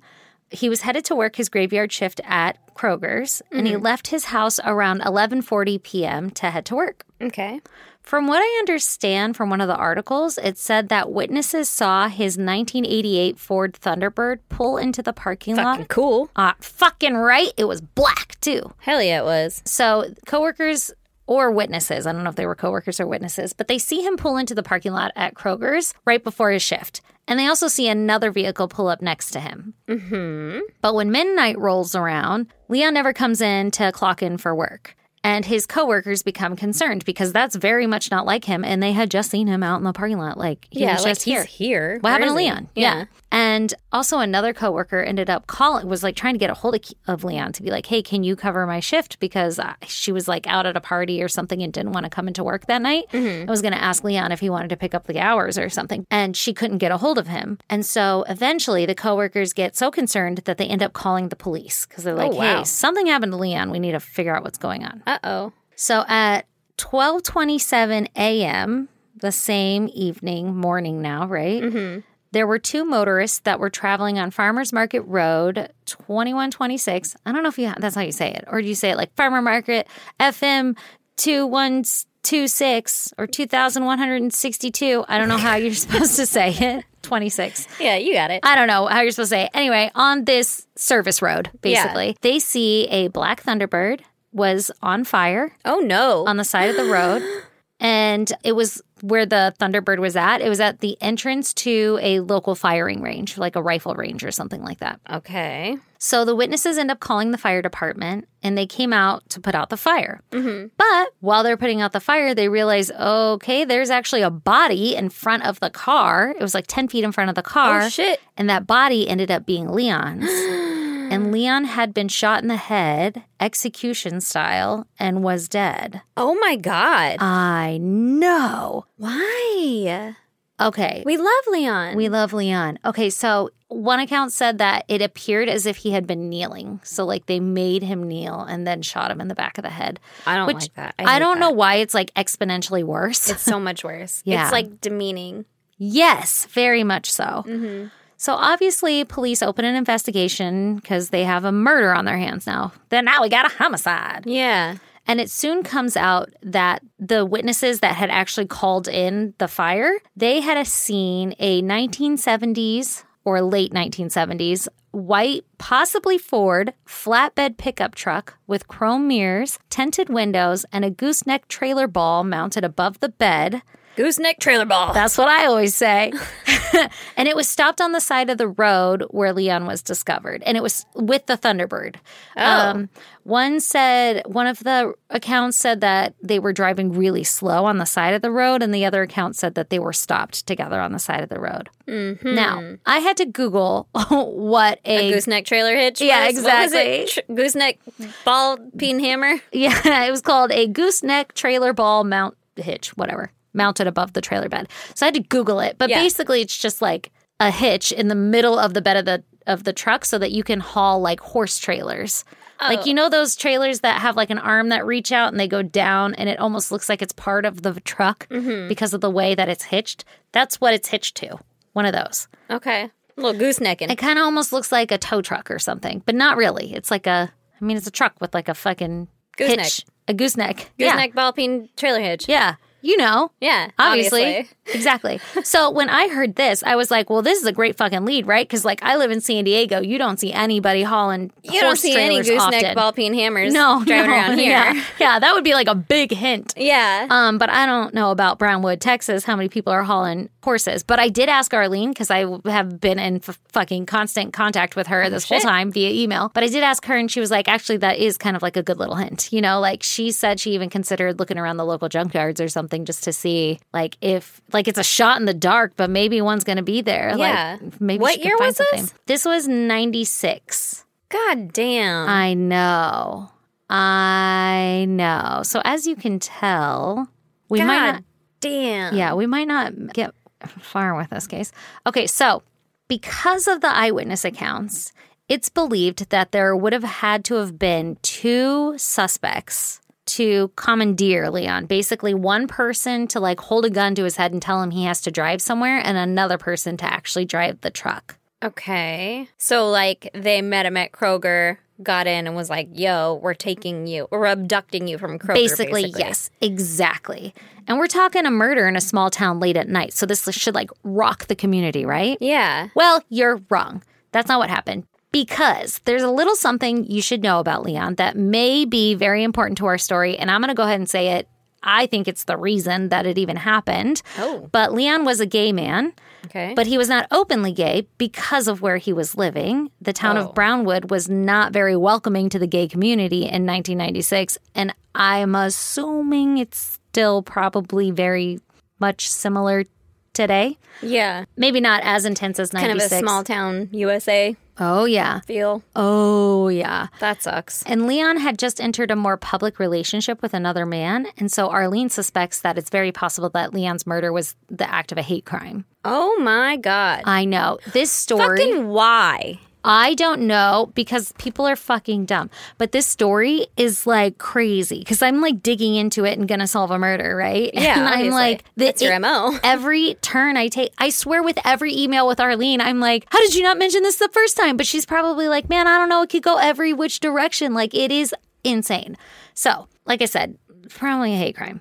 A: he was headed to work his graveyard shift at Kroger's and he left his house around 11:40 p.m. to head to work.
B: Okay.
A: From what I understand from one of the articles, it said that witnesses saw his 1988 Ford Thunderbird pull into the parking lot.
B: cool.
A: Uh, fucking right, it was black too.
B: Hell yeah, it was.
A: So coworkers or witnesses, I don't know if they were coworkers or witnesses, but they see him pull into the parking lot at Kroger's right before his shift. And they also see another vehicle pull up next to him. Mm-hmm. But when midnight rolls around, Leon never comes in to clock in for work. And his coworkers become concerned because that's very much not like him. And they had just seen him out in the parking lot. Like, he
B: yeah,
A: was
B: like
A: just here.
B: he's here.
A: What
B: Where
A: happened to
B: is he?
A: Leon? Yeah. And also another coworker ended up calling, was like trying to get a hold of, of Leon to be like, hey, can you cover my shift? Because uh, she was like out at a party or something and didn't want to come into work that night. I was going to ask Leon if he wanted to pick up the hours or something. And she couldn't get a hold of him. And so eventually the coworkers get so concerned that they end up calling the police because they're like,
B: wow.
A: hey, something happened to Leon. We need to figure out what's going on.
B: Uh oh.
A: So at 12:27 a.m. the same evening, morning now, right? There were two motorists that were traveling on Farmers Market Road 2126. I don't know if you that's how you say it or do you say it like Farmer Market FM 2126 or 2162? I don't know how you're supposed to say it. 26.
B: Yeah, you got it.
A: I don't know how you're supposed to say. It. Anyway, on this service road, basically, they see a black Thunderbird was on fire
B: oh no.
A: on the side of the road. And it was where the Thunderbird was at. It was at the entrance to a local firing range, like a rifle range or something like that.
B: okay.
A: So the witnesses end up calling the fire department and they came out to put out the fire.
B: Mm-hmm.
A: But while they're putting out the fire, they realize, okay, there's actually a body in front of the car. It was like 10 feet in front of the car.
B: Oh shit.
A: And that body ended up being Leon's. and Leon had been shot in the head, execution style, and was dead.
B: Oh my god.
A: Uh, I know.
B: Why?
A: Okay.
B: We love Leon.
A: We love Leon. Okay, so one account said that it appeared as if he had been kneeling. So like they made him kneel and then shot him in the back of the head.
B: I don't
A: Which
B: like that.
A: I,
B: hate
A: don't
B: that.
A: know why it's like exponentially worse.
B: It's so much worse.
A: Yeah.
B: It's like demeaning.
A: yes, very much so.
B: Mm-hmm.
A: So obviously police open an investigation because they have a murder on their hands now. Then now we got a homicide.
B: Yeah.
A: And it soon comes out that the witnesses that had actually called in the fire, they had a seen a 1970s or late 1970s white, possibly Ford, flatbed pickup truck with chrome mirrors, tinted windows, and a gooseneck trailer ball mounted above the bed.
B: Gooseneck trailer ball.
A: That's what I always say. and it was stopped on the side of the road where Leon was discovered, and it was with the Thunderbird. Um, one said one of the accounts said that they were driving really slow on the side of the road, and the other account said that they were stopped together on the side of the road. Now, I had to Google what a,
B: Gooseneck trailer hitch.
A: Yeah,
B: was? What was it?
A: exactly.
B: Tr- gooseneck ball peen hammer.
A: yeah, it was called a gooseneck trailer ball mount hitch, whatever, mounted above the trailer bed. So I had to Google it, but
B: Yeah.
A: basically it's just like a hitch in the middle of the bed of the of the truck so that you can haul like horse trailers. Like you know those trailers that have like an arm that reach out and they go down and it almost looks like it's part of the truck because of the way that it's hitched. That's what it's hitched to. One of those.
B: Okay. little goosenecking.
A: It kind of almost looks like a tow truck or something, but not really. It's like a, I mean, it's a truck with like a fucking
B: Gooseneck.
A: hitch, a gooseneck.
B: gooseneck ball peen trailer hitch.
A: Yeah. yeah. You know.
B: Yeah,
A: Obviously.
B: obviously.
A: Exactly. So when I heard this, I was like, well, this is a great fucking lead, right? Because, like, I live in San Diego. You don't see anybody hauling
B: You don't
A: horse
B: see any
A: trailers
B: gooseneck
A: often.
B: ball peen hammers
A: no,
B: driving
A: no.
B: around here.
A: Yeah. yeah, that would be like a big hint.
B: Yeah.
A: Um, but I don't know about Brownwood, Texas, how many people are hauling horses. But I did ask Arlene because I have been in f- fucking constant contact with
B: Oh,
A: her this whole time via email. But I did ask her, and she was like, actually, that is kind of like a good little hint. You know, like she said she even considered looking around the local junkyards or something something just to see like if like it's a shot in the dark, but maybe one's going to be there.
B: Yeah.
A: Like, maybe
B: What
A: she could
B: year
A: find
B: was this?
A: something. This was ninety six.
B: God damn.
A: I know. I know. So as you can tell, we
B: God
A: might not
B: damn.
A: yeah, we might not get far with this case. Okay, so because of the eyewitness accounts, it's believed that there would have had to have been two suspects to commandeer Leon. Basically, one person to like hold a gun to his head and tell him he has to drive somewhere, and another person to actually drive the truck.
B: Okay. So like they met him at Kroger, got in and was like, "Yo, we're taking you or abducting you from Kroger."
A: Basically,
B: Basically,
A: yes, exactly. And we're talking a murder in a small town late at night. So this should like rock the community, right?
B: Yeah.
A: Well, you're wrong. That's not what happened. Because there's a little something you should know about Leon that may be very important to our story. And I'm going to go ahead and say it. I think it's the reason that it even happened.
B: Oh.
A: But Leon was a gay man,
B: Okay.
A: but he was not openly gay because of where he was living. The town
B: Oh.
A: of Brownwood was not very welcoming to the gay community in 1996. And I'm assuming it's still probably very much similar today.
B: yeah,
A: Maybe not as intense as
B: kind of
A: 96.
B: a small town USA
A: Oh, yeah.
B: feel.
A: Oh, yeah.
B: That sucks.
A: And Leon had just entered a more public relationship with another man. And so Arlene suspects that it's very possible that Leon's murder was the act of a hate crime.
B: Oh my god.
A: I know. This story,
B: Fucking why?
A: I don't know because people are fucking dumb. But this story is like crazy because I'm like digging into it and gonna solve a murder, right?
B: Yeah,
A: And I'm
B: obviously.
A: like, the-
B: That's your
A: it-
B: MO.
A: every turn I take, I swear with every email with Arlene, I'm like, how did you not mention this the first time? But she's probably like, man, I don't know. It could go every which direction. Like, it is insane. So, like I said, probably a hate crime.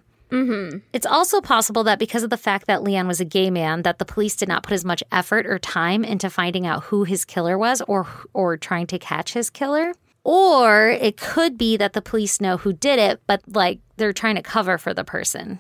A: It's also possible that because of the fact that Leon was a gay man, that the police did not put as much effort or time into finding out who his killer was or or trying to catch his killer. Or it could be that the police know who did it, but like they're trying to cover for the person.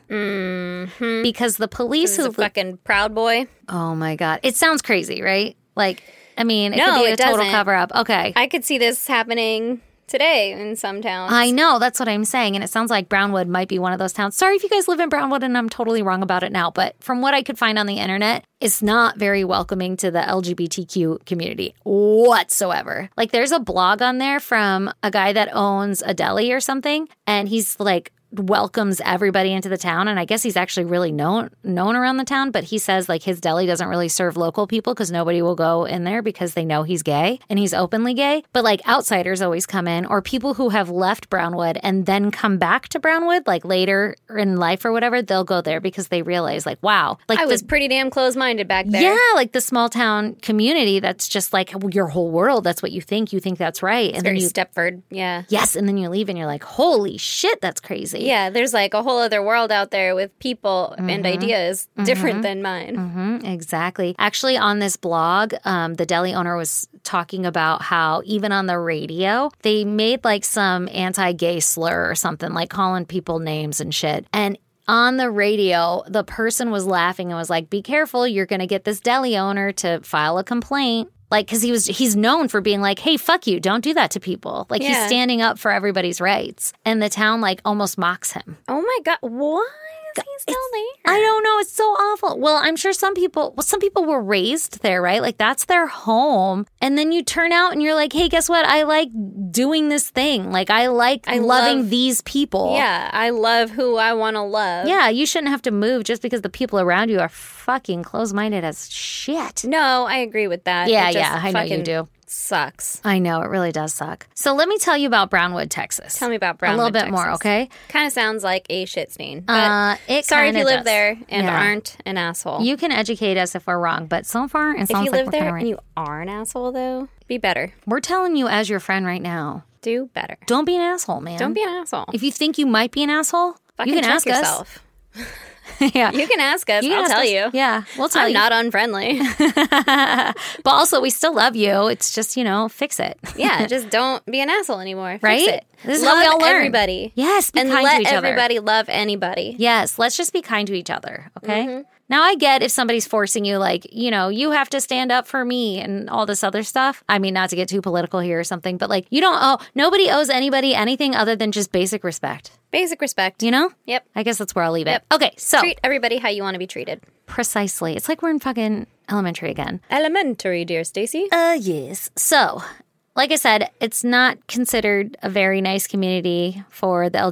A: Because the police
B: He's
A: who
B: Mm-hmm. a fucking proud boy.
A: Oh my god. It sounds crazy, right? Like I mean, it
B: No,
A: could be a
B: it
A: total
B: doesn't.
A: cover up. Okay.
B: I could see this happening today in some towns.
A: I know, that's what I'm saying. And it sounds like Brownwood might be one of those towns. Sorry if you guys live in Brownwood and I'm totally wrong about it now, but from what I could find on the internet, it's not very welcoming to the LGBTQ community whatsoever. Like, there's a blog on there from a guy that owns a deli or something, and he's like, welcomes everybody into the town and I guess he's actually really known known around the town but he says like his deli doesn't really serve local people cuz nobody will go in there because they know he's gay and he's openly gay but like outsiders always come in or people who have left Brownwood and then come back to Brownwood like later in life or whatever they'll go there because they realize like wow like
B: I
A: the-
B: was pretty damn close minded back there.
A: yeah, like the small town community that's just like your whole world. That's what you think. You think that's right. and then
B: Very
A: you,
B: Stepford. Yeah.
A: yes. And then you leave and you're like, holy shit, that's crazy.
B: Yeah, there's like a whole other world out there with people
A: Mm-hmm.
B: and ideas different than mine.
A: Mhm, exactly. Actually, on this blog, um, the deli owner was talking about how even on the radio, they made like some anti gay slur or something, like calling people names and shit. And on the radio, the person was laughing and was like, Be careful, you're going to get this deli owner to file a complaint. Like, because he was, he's known for being like, hey, fuck you, don't do that to people. Like, he's
B: Yeah.
A: standing up for everybody's rights. And the town, like, almost mocks him.
B: Oh my god, why is he still there?
A: I don't know. It's so awful. Well, I'm sure some people, well, some people were raised there, right? Like that's their home. And then you turn out and you're like, hey, guess what? I like doing this thing. Like I like
B: I
A: loving
B: love-
A: these people.
B: yeah, I love who I want to love.
A: Yeah. You shouldn't have to move just because the people around you are fucking close minded as shit.
B: No, I agree with that.
A: Yeah,
B: It just
A: yeah, I know you
B: fucking
A: do.
B: Sucks.
A: I know. It really does suck. So let me tell you about Brownwood, Texas.
B: Tell me about
A: a
B: Brown.
A: little bit more, okay?
B: Kind of sounds like a shit stain. But
A: Uh, it
B: sorry if
A: kinda
B: you live
A: does.
B: there and
A: Yeah.
B: aren't an asshole.
A: You can educate us if we're wrong, but so far it
B: if
A: sounds
B: you
A: like
B: live
A: we're kinda
B: there
A: right.
B: and you are an asshole, though, be better.
A: we're telling you as your friend right now.
B: Do better.
A: Don't be an asshole, man.
B: Don't be an asshole.
A: If you think you might be an asshole,
B: Fucking
A: you can
B: check
A: ask us.
B: yourself.
A: yeah.
B: You can ask us.
A: You can
B: I'll
A: ask
B: tell
A: us.
B: you.
A: Yeah, we'll tell
B: I'm
A: you.
B: not unfriendly.
A: but also, we still love you. It's just you know, fix it.
B: yeah, just don't be an asshole anymore. Fix
A: Right?
B: it.
A: This is
B: love
A: how we all learn.
B: everybody.
A: Yes, be
B: and
A: kind to
B: let
A: each other.
B: everybody love anybody. Mm-hmm.
A: yes, let's just be kind to each other. Okay. Now I get if somebody's forcing you, like, you know, you have to stand up for me and all this other stuff. I mean, not to get too political here or something, but like, you don't owe, nobody owes anybody anything other than just basic respect,
B: Basic respect.
A: you know?
B: Yep.
A: I guess that's where I'll leave
B: Yep.
A: it. Okay, so
B: Treat everybody how you want to be treated.
A: precisely. It's like we're in fucking elementary again.
B: Elementary, dear Stacy.
A: Uh, yes. So, like I said, it's not considered a very nice community for the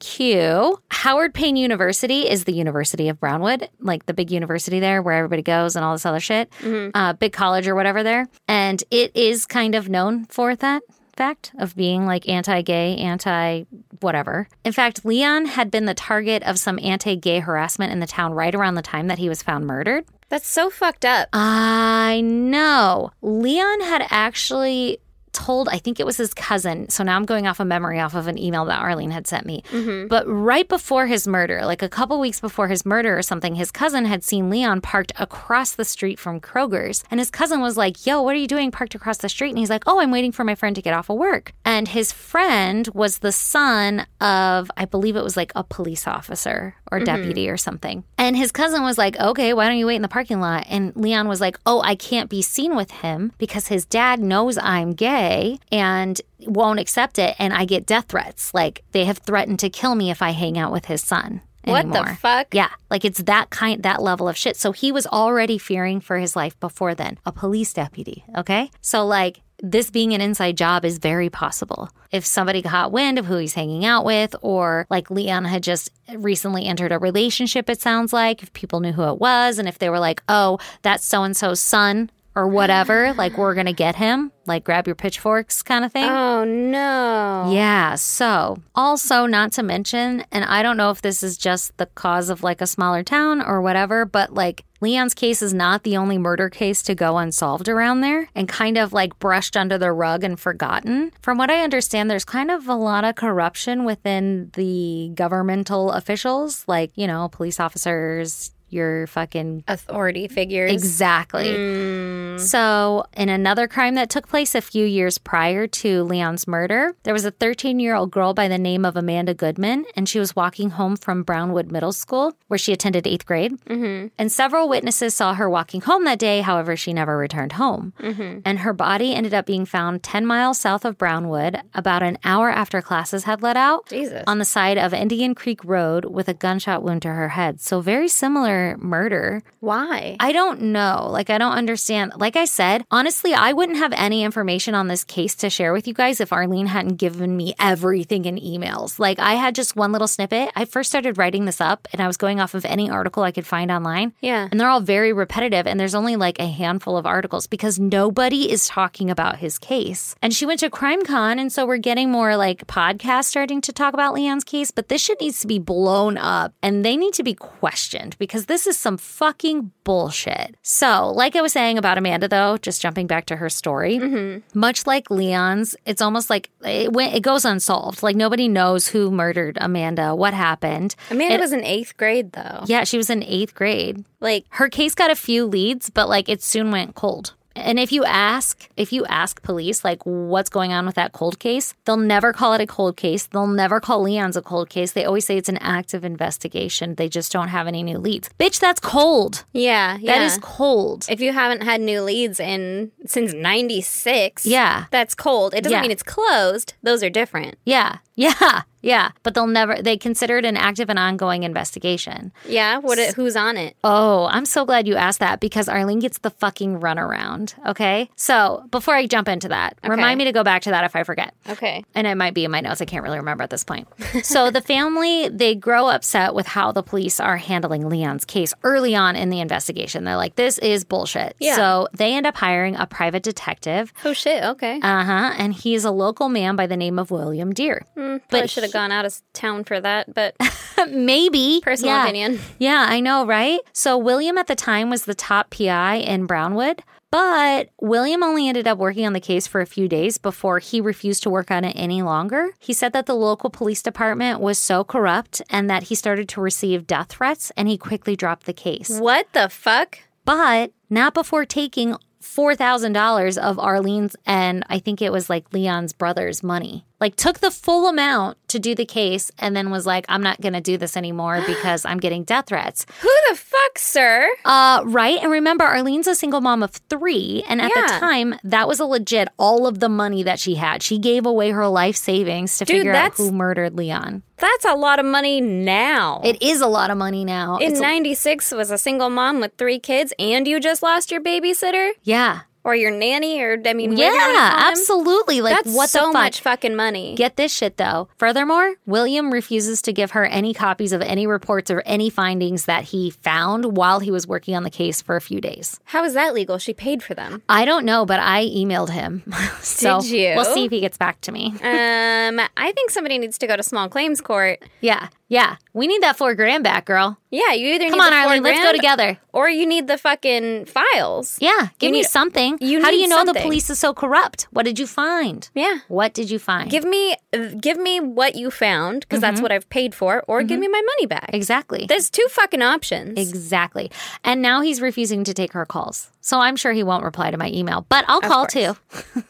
A: LGBTQ. Howard Payne University is the University of Brownwood, like the big university there where everybody goes and all this other shit, uh, big college or whatever there. And it is kind of known for that fact of being like anti gay, anti whatever. In fact, Leon had been the target of some anti gay harassment in the town right around the time that he was found murdered.
B: That's so fucked up.
A: I know. Leon had actually told, I think it was his cousin. So now I'm going off a memory off of an email that Arlene had sent me. But right before his murder, like a couple weeks before his murder or something, his cousin had seen Leon parked across the street from Kroger's. And his cousin was like, Yo, what are you doing parked across the street? And he's like, Oh, I'm waiting for my friend to get off of work. And his friend was the son of, I believe it was like a police officer or
B: Mm-hmm.
A: deputy or something. And his cousin was like, Okay, why don't you wait in the parking lot? And Leon was like, Oh, I can't be seen with him because his dad knows I'm gay and won't accept it. And I get death threats. Like they have threatened to kill me if I hang out with his son.
B: What the
A: anymore."
B: fuck?
A: Yeah, like it's that kind, that level of shit. So he was already fearing for his life before then, a police deputy. Okay. So, like, this being an inside job is very possible. If somebody caught wind of who he's hanging out with, or like Leon had just recently entered a relationship, it sounds like, if people knew who it was, and if they were like, oh, that's so and so's son or whatever, like, we're going to get him, like, grab your pitchforks kind of thing.
B: Oh no.
A: Yeah. So, also, not to mention, and I don't know if this is just the cause of like a smaller town or whatever, but like Leon's case is not the only murder case to go unsolved around there and kind of like brushed under the rug and forgotten. From what I understand, there's kind of a lot of corruption within the governmental officials, like, you know, police officers, your fucking
B: Authority figures.
A: Exactly. Mm. So, in another crime that took place a few years prior to Leon's murder, there was a 13 year old girl by the name of Amanda Goodman, and she was walking home from Brownwood Middle School, where she attended eighth grade. Mm-hmm. And several witnesses saw her walking home that day. However, she never returned home. And her body ended up being found 10 miles south of Brownwood about an hour after classes had let out
B: Jesus.
A: on the side of Indian Creek Road with a gunshot wound to her head. So, very similar murder.
B: Why?
A: I don't know. Like, I don't understand. Like I said, honestly, I wouldn't have any information on this case to share with you guys if Arlene hadn't given me everything in emails. Like, I had just one little snippet. I first started writing this up and I was going off of any article I could find online.
B: Yeah.
A: And they're all very repetitive. And there's only like a handful of articles because nobody is talking about his case. And she went to Crime Con. And so we're getting more like podcasts starting to talk about Leanne's case. But this shit needs to be blown up and they need to be questioned because this is some fucking bullshit. So, like I was saying about Amanda, though, just jumping back to her story, much like Leon's, it's almost like it, went, it goes unsolved. Like nobody knows who murdered Amanda, what happened.
B: Amanda was in eighth grade though.
A: Yeah, she was in eighth grade
B: Like
A: her case got a few leads, but like it soon went cold. And if you ask, if you ask police, like what's going on with that cold case, they'll never call it a cold case. They'll never call Leon's a cold case. They always say it's an active investigation. They just don't have any new leads. Bitch, that's cold.
B: Yeah. Yeah.
A: That is cold.
B: if you haven't had new leads in since 96
A: Yeah.
B: that's cold it doesn't
A: Yeah.
B: mean it's closed those are different
A: Yeah, yeah, yeah. But they'll never. They consider it an active and ongoing investigation.
B: yeah what it, who's on it
A: Oh, I'm so glad you asked that because Arlene gets the fucking runaround. Okay. So before I jump into that, remind me to go back to that if I forget.
B: okay
A: and it might be in my notes. I can't really remember at this point. so the family they grow upset with how the police are handling Leon's case early on in the investigation. They're like, "This is bullshit."
B: Yeah.
A: So they end up hiring a private detective.
B: oh shit okay
A: Uh huh. And he is a local man by the name of William Deere.
B: but i should have gone out of town for that but
A: Maybe
B: personal
A: Yeah.
B: opinion
A: Yeah, I know, right? So William at the time was the top PI in Brownwood, but William only ended up working on the case for a few days before he refused to work on it any longer. He said that the local police department was so corrupt and that he started to receive death threats and he quickly dropped the case.
B: what the fuck
A: But not before taking $4,000 of Arlene's and I think it was like Leon's brother's money. like took the full amount to do the case and then was like, I'm not going to do this anymore because I'm getting death threats.
B: Who the fuck, sir?
A: Uh, right. And remember, Arlene's a single mom of three. And at
B: Yeah.
A: the time, that was a legit all of the money that she had. She gave away her life savings to
B: Dude,
A: figure out
B: that's-
A: who murdered Leon.
B: That's a lot of money now.
A: It is a lot of money now.
B: in
A: It's a-
B: 96 was a single mom with three kids and you just lost your babysitter
A: yeah.
B: or your nanny or I mean whatever you wanna
A: Yeah,
B: call them.
A: absolutely. Like,
B: That's
A: what
B: so
A: the fuck?
B: much fucking money.
A: Get this shit though. Furthermore, William refuses to give her any copies of any reports or any findings that he found while he was working on the case for a few days.
B: How is that legal? She paid for them.
A: I don't know, but I emailed him. so
B: Did you?
A: We'll see if he gets back to me.
B: Um, I think somebody needs to go to small claims court.
A: Yeah, yeah. We need that four grand back, girl.
B: Yeah, you either
A: Come
B: need
A: on,
B: the four
A: Arlene. Let's go
B: grand
A: together.
B: or you need the fucking files.
A: Yeah, give me
B: need-
A: something.
B: you
A: How do
B: need
A: you know the
B: something.
A: police is so corrupt? What did you find?
B: Yeah.
A: What did you find?
B: Give me give me what you found because
A: Mm-hmm.
B: that's what I've paid for or give me my money back.
A: exactly.
B: There's two fucking options.
A: Exactly. And now he's refusing to take her calls. So I'm sure he won't reply to my email, but I'll call too.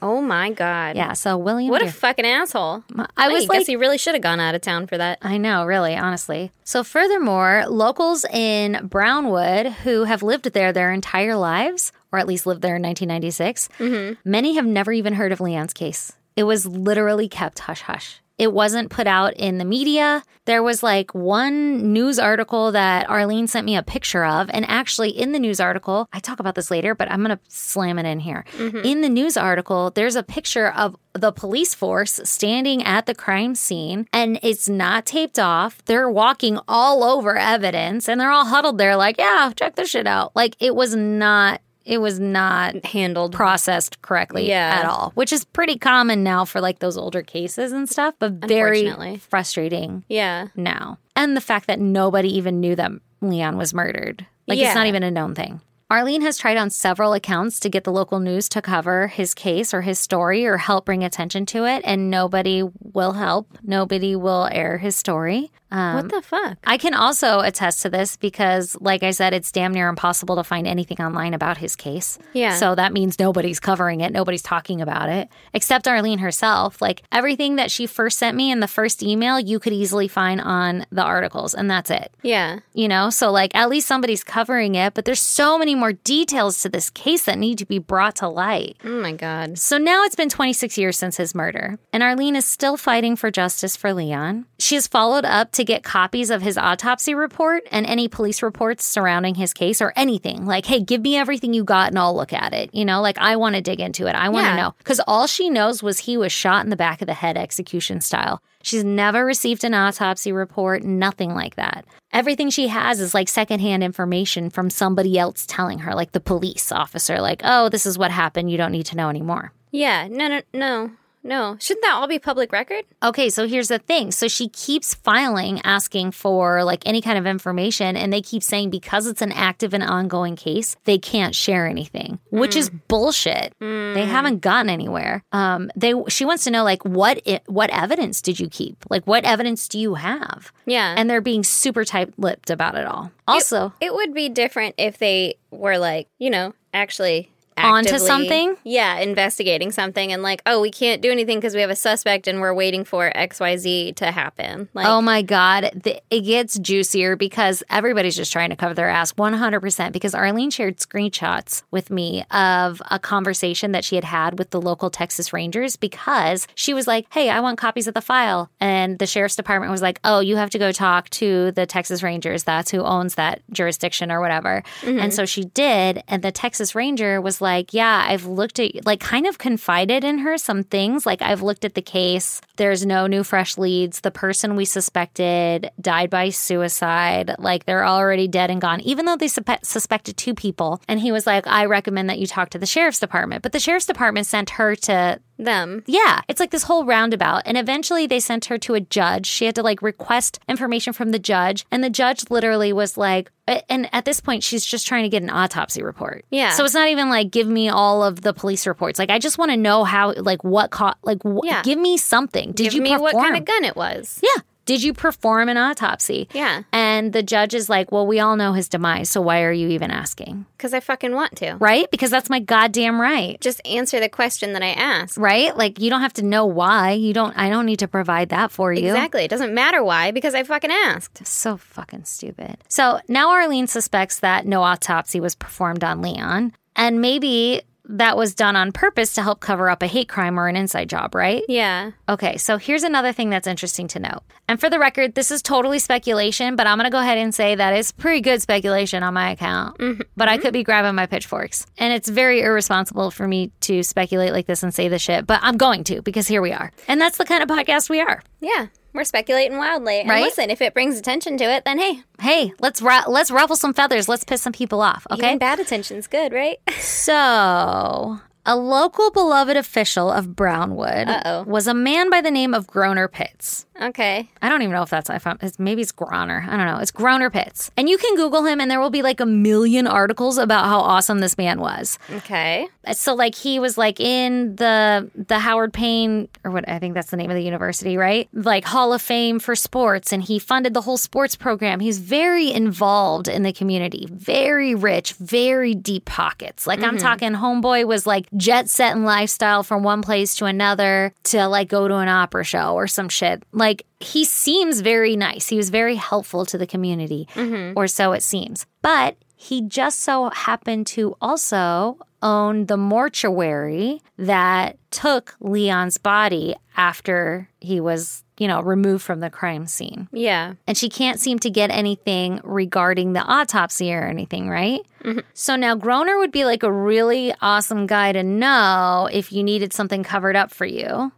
B: oh my god.
A: Yeah. So William,
B: What a
A: you're-
B: fucking asshole.
A: I
B: I
A: was
B: guess
A: like,
B: he really should have gone out of town for that.
A: I know, really, honestly. So, furthermore, locals in Brownwood who have lived there their entire lives, or at least lived there in 1996, many have never even heard of Leon's case. It was literally kept hush hush. It wasn't put out in the media. There was like one news article that Arlene sent me a picture of. And actually, in the news article, I talk about this later, but I'm going to slam it in here.
B: Mm-hmm.
A: In the news article, there's a picture of the police force standing at the crime scene and it's not taped off. They're walking all over evidence and they're all huddled there, like, yeah, check this shit out. Like, it was not. It was not
B: Handled.
A: processed correctly
B: Yeah.
A: at all, which is pretty common now for like those older cases and stuff, but very
B: Unfortunately.
A: frustrating
B: yeah.
A: now. And the fact that nobody even knew that Leon was murdered. Like it's
B: Yeah.
A: not even a known thing. Arlene has tried on several accounts to get the local news to cover his case or his story or help bring attention to it, and nobody will help. Nobody will air his story. Um,
B: what the fuck?
A: I can also attest to this because, like I said, it's damn near impossible to find anything online about his case.
B: Yeah.
A: So that means nobody's covering it, nobody's talking about it, except Arlene herself. Like everything that she first sent me in the first email, you could easily find on the articles, and that's it.
B: Yeah.
A: You know, so like at least somebody's covering it, but there's so many more details to this case that need to be brought to light.
B: Oh my god.
A: So now it's been 26 years since his murder, and Arlene is still fighting for justice for Leon. She has followed up to get copies of his autopsy report and any police reports surrounding his case or anything. Like, hey, give me everything you got and I'll look at it. You know, like I want to dig into it. I want to
B: Yeah.
A: know. Because all she knows was he was shot in the back of the head execution style. She's never received an autopsy report, nothing like that. Everything she has is like secondhand information from somebody else telling her, like the police officer, like, oh, this is what happened. You don't need to know anymore.
B: Yeah. No. No. No. No. Shouldn't that all be public record?
A: Okay, so here's the thing. So she keeps filing asking for like any kind of information and they keep saying because it's an active and ongoing case, they can't share anything, which is bullshit. They haven't gotten anywhere. Um they she wants to know like what it, what evidence did you keep? Like what evidence do you have?
B: Yeah.
A: And they're being super tight-lipped about it all. Also,
B: it would be different if they were like, you know, actually
A: Onto
B: actively-
A: something?
B: Yeah, investigating something and like, oh, we can't do anything because we have a suspect and we're waiting for XYZ to happen. Like,
A: Oh my God. The, it gets juicier because everybody's just trying to cover their ass 100%. Because Arlene shared screenshots with me of a conversation that she had had with the local Texas Rangers because she was like, hey, I want copies of the file. And the sheriff's department was like, oh, you have to go talk to the Texas Rangers. That's who owns that jurisdiction or whatever. And so she did. And the Texas Ranger was like, yeah, I've looked at, like, kind of confided in her some things. Like, I've looked at the case. There's no new fresh leads. The person we suspected died by suicide. Like they're already dead and gone, even though they suspe- suspected two people. And he was like, I recommend that you talk to the sheriff's department. But the sheriff's department sent her to,
B: them.
A: yeah, it's like this whole roundabout. And eventually they sent her to a judge. She had to like request information from the judge. And the judge literally was like, and at this point, she's just trying to get an autopsy report.
B: Yeah.
A: So it's not even like give me all of the police reports. Like I just want to know how, like what caught, like wh-
B: Yeah.
A: give me something. Did
B: Give
A: you
B: me
A: perform?
B: what kind of gun it was.
A: Yeah. Did you perform an autopsy?
B: Yeah.
A: And the judge is like, Well, we all know his demise, so why are you even asking?
B: because I fucking want to.
A: Right? Because that's my goddamn right.
B: Just answer the question that I asked.
A: Right? Like you don't have to know why. You don't I don't need to provide that for you.
B: Exactly. It doesn't matter why because I fucking asked.
A: So fucking stupid. So now Arlene suspects that no autopsy was performed on Leon, and maybe that was done on purpose to help cover up a hate crime or an inside job, right?
B: Yeah.
A: Okay, so here's another thing that's interesting to note. And for the record, this is totally speculation, but I'm going to go ahead and say that it's pretty good speculation on my account.
B: Mm-hmm.
A: But I could be grabbing my pitchforks. And it's very irresponsible for me to speculate like this and say this shit, but I'm going to because here we are. And that's the kind of podcast we are.
B: Yeah. We're speculating wildly. And
A: Right?
B: listen, if it brings attention to it, then hey,
A: Hey, let's ra- let's ruffle some feathers. Let's piss some people off, okay?
B: even bad attention's good, right?
A: So, a local beloved official of Brownwood
B: Uh-oh.
A: was a man by the name of Groner Pitts.
B: okay.
A: I don't even know if that's if I'm, it's, maybe it's Groner. I don't know. It's Groner Pitts, and you can Google him, and there will be like a million articles about how awesome this man was.
B: Okay.
A: So like he was like in the the Howard Payne or what I think that's the name of the university, right? Like Hall of Fame for sports, and he funded the whole sports program. He's very involved in the community, very rich, very deep pockets. Like I'm talking, homeboy was like jet set and lifestyle from one place to another to like go to an opera show or some shit. Like he seems very nice. He was very helpful to the community, or so it seems. But he just so happened to also own the mortuary that took Leon's body after he was, you know, removed from the crime scene.
B: Yeah.
A: And she can't seem to get anything regarding the autopsy or anything, right?
B: Mm-hmm.
A: So now Groner would be like a really awesome guy to know if you needed something covered up for you.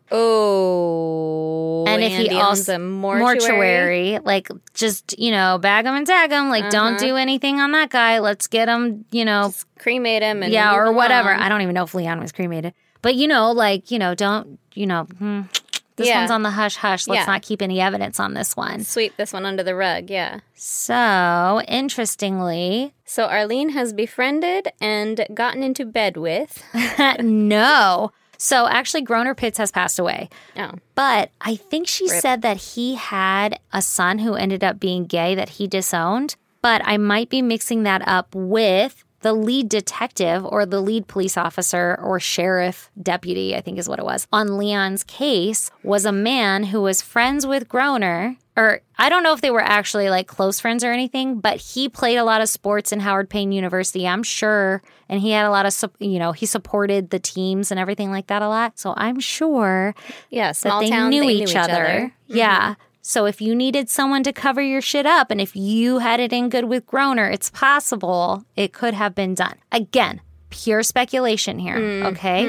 B: Oh.
A: And if he
B: owns
A: also-
B: a mortuary. Uh-huh.
A: like just, you know, bag him and tag him. Like, don't do anything on that guy. Let's get him, you know,
B: cremate him and
A: yeah,
B: move
A: or
B: along.
A: whatever. I don't even know if Leon was cremated, but you know, like you know, don't you know? Hmm, this
B: Yeah.
A: one's on the hush hush. Let's
B: Yeah.
A: not keep any evidence on this one.
B: Sweep this one under the rug. Yeah.
A: So interestingly,
B: So Arlene has befriended and gotten into bed with.
A: no. So actually, Groner Pitts has passed away,
B: Oh.
A: but I think she said that he had a son who ended up being gay that he disowned. But I might be mixing that up with. The lead detective or the lead police officer or sheriff deputy, I think is what it was, on Leon's case was a man who was friends with Groner. Or I don't know if they were actually like close friends or anything, but he played a lot of sports in Howard Payne University, I'm sure. And he had a lot of, sup- you know, he supported the teams and everything like that a lot. So I'm sure
B: Yeah.
A: that
B: Small
A: they
B: town.
A: knew,
B: they
A: each, other. Yeah.
B: Mm-hmm.
A: So if you needed someone to cover your shit up and if you had it in good with Groner, it's possible it could have been done. Again, pure speculation here.
B: Mm-hmm.
A: Okay.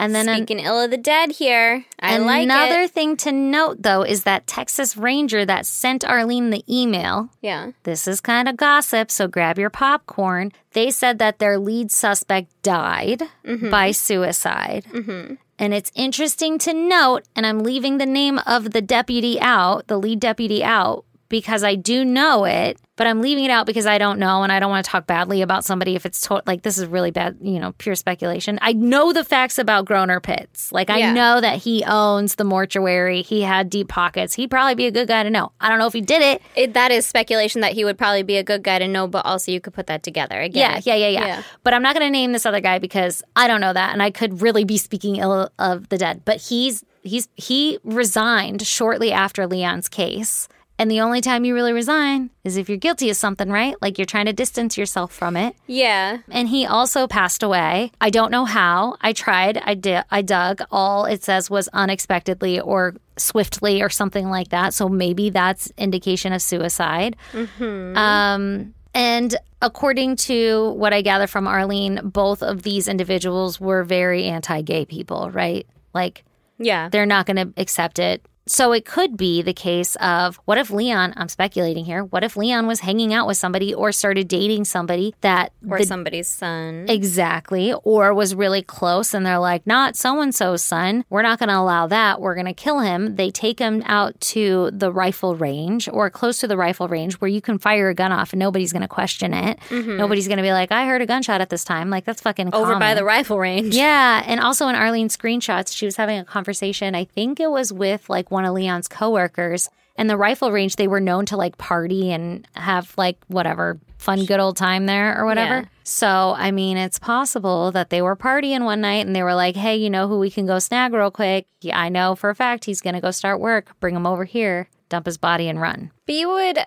A: And then an-
B: Speaking ill of the dead here. I like
A: another
B: it.
A: thing to note, though, is that Texas Ranger that sent Arlene the email
B: Yeah.
A: this is kind of gossip, so grab your popcorn. They said that their lead suspect died by suicide. And it's interesting to note, and I'm leaving the name of the deputy out, the lead deputy out, because I do know it, but I'm leaving it out because I don't know and I don't want to talk badly about somebody if it's to- like this is really bad, you know, pure speculation. I know the facts about Groner Pitts. Like, I
B: Yeah.
A: know that he owns the mortuary, he had deep pockets. He'd probably be a good guy to know. I don't know if he did it.
B: It, that is speculation that he would probably be a good guy to know, but also you could put that together
A: Yeah,
B: again.
A: yeah, yeah, yeah.
B: Yeah.
A: But I'm not going to name this other guy because I don't know that, and I could really be speaking ill of the dead. But he's he's he resigned shortly after Leon's case, and the only time you really resign is if you're guilty of something, right? Like you're trying to distance yourself from it.
B: Yeah.
A: And he also passed away. I don't know how. I tried. I did. I dug. All it says was unexpectedly or swiftly or something like that. So maybe that's indication of suicide. Um, and according to what I gather from Arlene, both of these individuals were very anti-gay people, right? Like
B: Yeah.
A: they're not going to accept it. So it could be the case of what if Leon, I'm speculating here, what if Leon was hanging out with somebody or started dating somebody that
B: Or
A: the
B: somebody's son.
A: Exactly. Or was really close and they're like, not so and so's son. We're not going to allow that. We're going to kill him. They take him out to the rifle range or close to the rifle range where you can fire a gun off and nobody's going to question it. Nobody's going to be like, I heard a gunshot at this time. Like, that's fucking
B: Mm-hmm. over by
A: common.
B: the rifle range.
A: Yeah, and also in Arlene's screenshots, she was having a conversation. I think it was with like one of Leon's coworkers, and the rifle range, they were known to like party and have like whatever fun, good old time there or whatever.
B: Yeah.
A: So, I mean, it's possible that they were partying one night and they were like, hey, you know who we can go snag real quick? Yeah, I know for a fact he's going to go start work. Bring him over here, dump his body, and run.
B: But you would,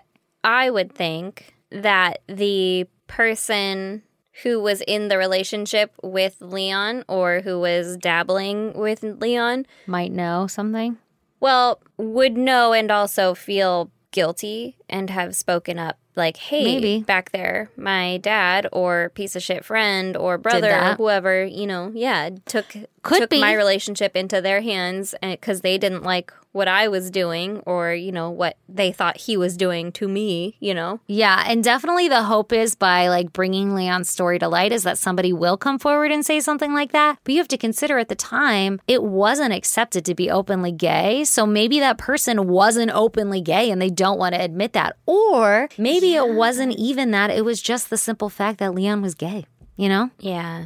B: I would think that the person who was in the relationship with Leon or who was dabbling with Leon,
A: Might know something.
B: well, would know and also feel guilty and have spoken up like, hey,
A: Maybe.
B: back there, my dad or piece of shit friend or brother or
A: that.
B: whoever, you know, yeah, took,
A: Could
B: took
A: be.
B: my relationship into their hands because they didn't like what I was doing or, you know, what they thought he was doing to me, you know?
A: Yeah, and definitely the hope is by like bringing Leon's story to light is that somebody will come forward and say something like that. But you have to consider at the time it wasn't accepted to be openly gay, so maybe that person wasn't openly gay and they don't want to admit that. Or maybe it wasn't even that, it was just the simple fact that Leon was gay, you know?
B: Yeah.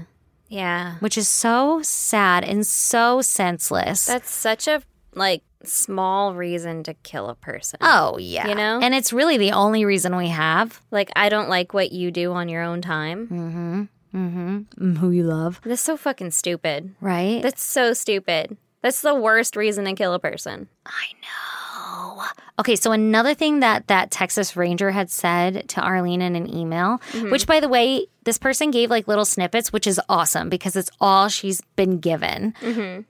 B: Yeah.
A: Which is so sad and so senseless.
B: That's such a like small reason to kill a person.
A: oh yeah.
B: You know?
A: And it's really the only reason we have
B: Like I don't like what you do on your own time.
A: mm, who you love,
B: That's so fucking stupid.
A: right?
B: That's so stupid. That's the worst reason to kill a person.
A: Okay, so another thing that that Texas Ranger had said to Arlene in an email, which by the way, this person gave like little snippets, which is awesome because it's all she's been given.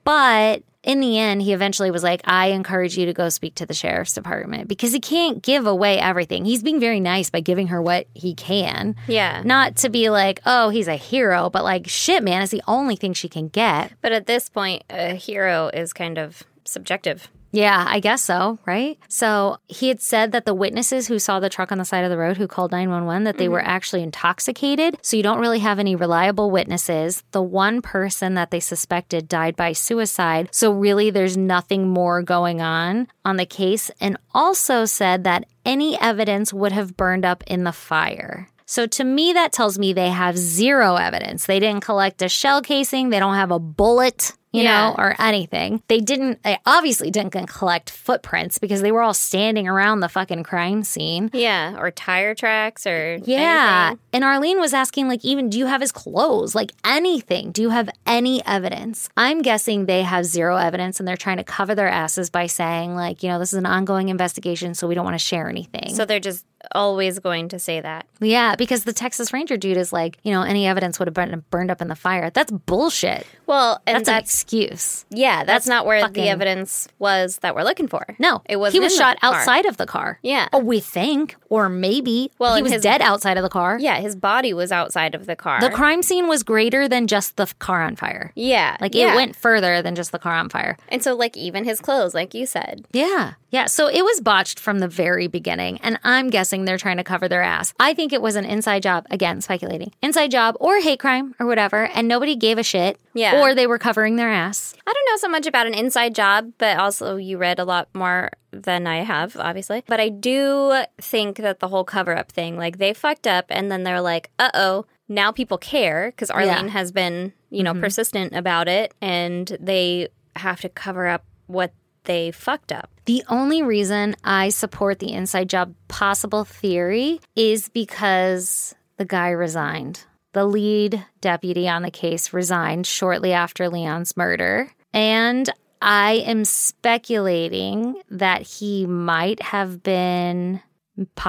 A: But in the end, he eventually was like, I encourage you to go speak to the sheriff's department because he can't give away everything. He's being very nice by giving her what he can.
B: Yeah.
A: Not to be like, oh, he's a hero, but like, shit, man, it's the only thing she can get.
B: But at this point, a hero is kind of subjective.
A: Yeah, I guess so, right? So he had said that the witnesses who saw the truck on the side of the road who called 911 that they were actually intoxicated. So you don't really have any reliable witnesses. The one person that they suspected died by suicide. So really there's nothing more going on on the case and also said that any evidence would have burned up in the fire. So to me that tells me they have zero evidence. They didn't collect a shell casing, they don't have a bullet, you
B: Yeah.
A: know, or anything. They didn't, they obviously didn't gonna collect footprints because they were all standing around the fucking crime scene.
B: Yeah. Or tire tracks or
A: Yeah.
B: anything.
A: And Arlene was asking, like, even do you have his clothes? Like anything? Do you have any evidence? I'm guessing they have zero evidence and they're trying to cover their asses by saying, like, you know, this is an ongoing investigation, so we don't want to share anything.
B: So they're just always going to say that.
A: yeah, because the Texas Ranger dude is like, you know, any evidence would have been burned up in the fire. That's bullshit.
B: Well, and
A: That's,
B: that's,
A: an excuse.
B: yeah, that's, not where
A: fucking-
B: the evidence was that we're looking for.
A: No,
B: it wasn't
A: He was
B: in the
A: shot
B: car.
A: outside of the car.
B: Yeah.
A: Oh, we think, or maybe.
B: Well,
A: he
B: and
A: was
B: his-
A: dead outside of the car.
B: Yeah, his body was outside of the car.
A: The crime scene was greater than just the f- car on fire.
B: Yeah.
A: Like
B: yeah.
A: it went further than just the car on fire.
B: And so, like, even his clothes, like you said.
A: Yeah. Yeah. So it was botched from the very beginning. And I'm guessing they're trying to cover their ass. I think it was an inside job, again, speculating, inside job or hate crime or whatever. And nobody gave a shit.
B: Yeah.
A: Or they were covering their ass.
B: I don't know so much about an inside job, but also you read a lot more than I have, obviously. But I do think that the whole cover up thing, like, they fucked up and then they're like, uh oh, now people care because Arlene
A: Yeah. Mm-hmm.
B: has been, you know, persistent about it and they have to cover up what they fucked up.
A: The only reason I support the inside job possible theory is because the guy resigned. The lead deputy on the case resigned shortly after Leon's murder. And I am speculating that he might have been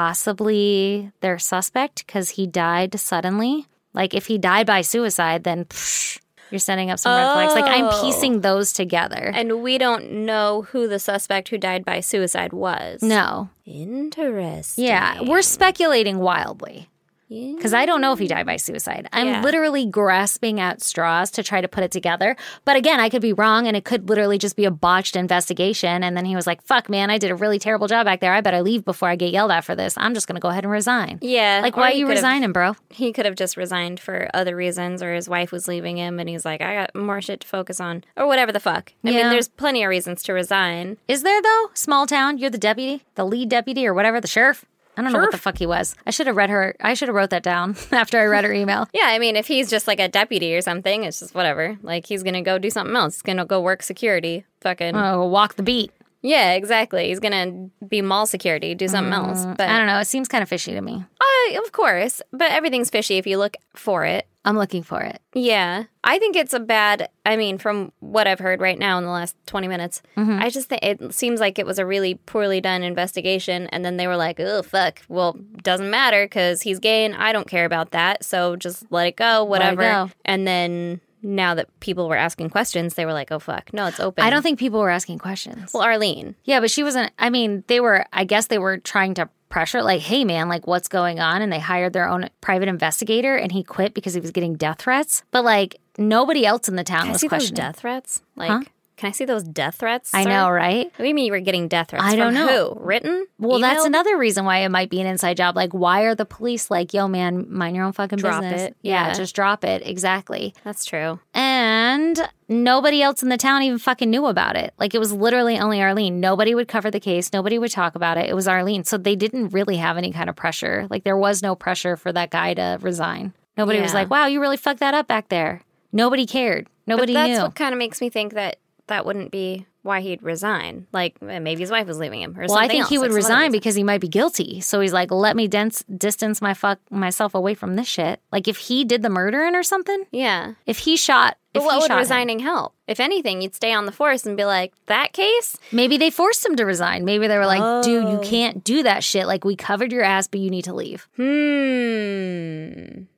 A: possibly their suspect because he died suddenly. Like, if he died by suicide, then psh, you're setting up some red flags. Like, I'm
B: Oh.
A: piecing those together.
B: And we don't know who the suspect who died by suicide was.
A: no,
B: Interesting.
A: Yeah, we're speculating wildly because I don't know if he died by suicide. I'm
B: Yeah.
A: literally grasping at straws to try to put it together. But again, I could be wrong and it could literally just be a botched investigation. And then he was like, fuck, man, I did a really terrible job back there. I better leave before I get yelled at for this. I'm just going to go ahead and resign.
B: Yeah.
A: Like,
B: or
A: why are
B: he
A: you
B: could've-
A: resigning, bro?
B: he could have just resigned for other reasons or his wife was leaving him and he's like i got more shit to focus on or whatever the fuck i mean
A: Yeah.
B: there's plenty of reasons to resign
A: Is there, though? Small town, you're the deputy, the lead deputy, or whatever, the sheriff. I don't know what the fuck he was. I should have read her. I should have wrote that down after I read her email.
B: yeah i mean if he's just like a deputy or something
A: Uh.
B: it's just whatever like he's gonna go do something else he's gonna go work security fucking
A: Oh, walk the beat.
B: Yeah, exactly. He's gonna be mall security, do something else. But
A: Uh, I don't know. It seems kind of fishy to me.
B: Uh, of course, but everything's fishy if you look for it.
A: I'm looking for it.
B: Yeah, I think it's a bad. I mean, from what I've heard right now in the last twenty minutes, I just think it seems like it was a really poorly done investigation, and then they were like, "Oh fuck, well, doesn't matter because he's gay, and I don't care about that, so just let it go,
A: it
B: whatever."
A: go.
B: And then now that people were asking questions, they were like, "Oh fuck, no, it's open."
A: I don't think people were asking questions.
B: Well, Arlene,
A: yeah, but she wasn't. I mean, they were. I guess they were trying to pressure, like, "Hey, man, like, what's going on?" And they hired their own private investigator, and he quit because he was getting death threats. But like, nobody else in the town
B: can I
A: was
B: see those
A: questioning.
B: death threats? Like, can I see those death threats?
A: I
B: sir?
A: know, right?
B: What do you mean you were getting death threats?
A: I
B: From
A: don't know.
B: Who written?
A: Well, that's
B: Emailed?
A: another reason why it might be an inside job. Like, why are the police like, "Yo, man, mind your own fucking
B: Drop
A: business."
B: it.
A: Yeah,
B: Yeah.
A: just drop it. Exactly.
B: That's true.
A: and nobody else in the town even fucking knew about it. Like it was literally only Arlene. Nobody would cover the case. Nobody would talk about it. It was Arlene. So they didn't really have any kind of pressure. Like there was no pressure for that guy to resign. Nobody was
B: Yeah.
A: like, "Wow, you really fucked that up back there." Nobody cared. Nobody
B: but that's
A: knew.
B: what kind of makes me think that that wouldn't be why he'd resign. Like eh, maybe his wife was leaving him or
A: well,
B: something.
A: I think he
B: else.
A: would
B: That's another
A: resign
B: reason.
A: because he might be guilty. So he's like, "Let me dense, distance my fuck myself away from this shit." Like if he did the murdering or something,
B: yeah.
A: if he shot,
B: But
A: if he
B: what would
A: shot him-
B: resigning help? If anything, you'd stay on the force and be like, that case?
A: Maybe they forced him to resign. Maybe they were like, dude, you
B: Oh.
A: can't do that shit. Like, we covered your ass, but you need to leave.
B: Hmm.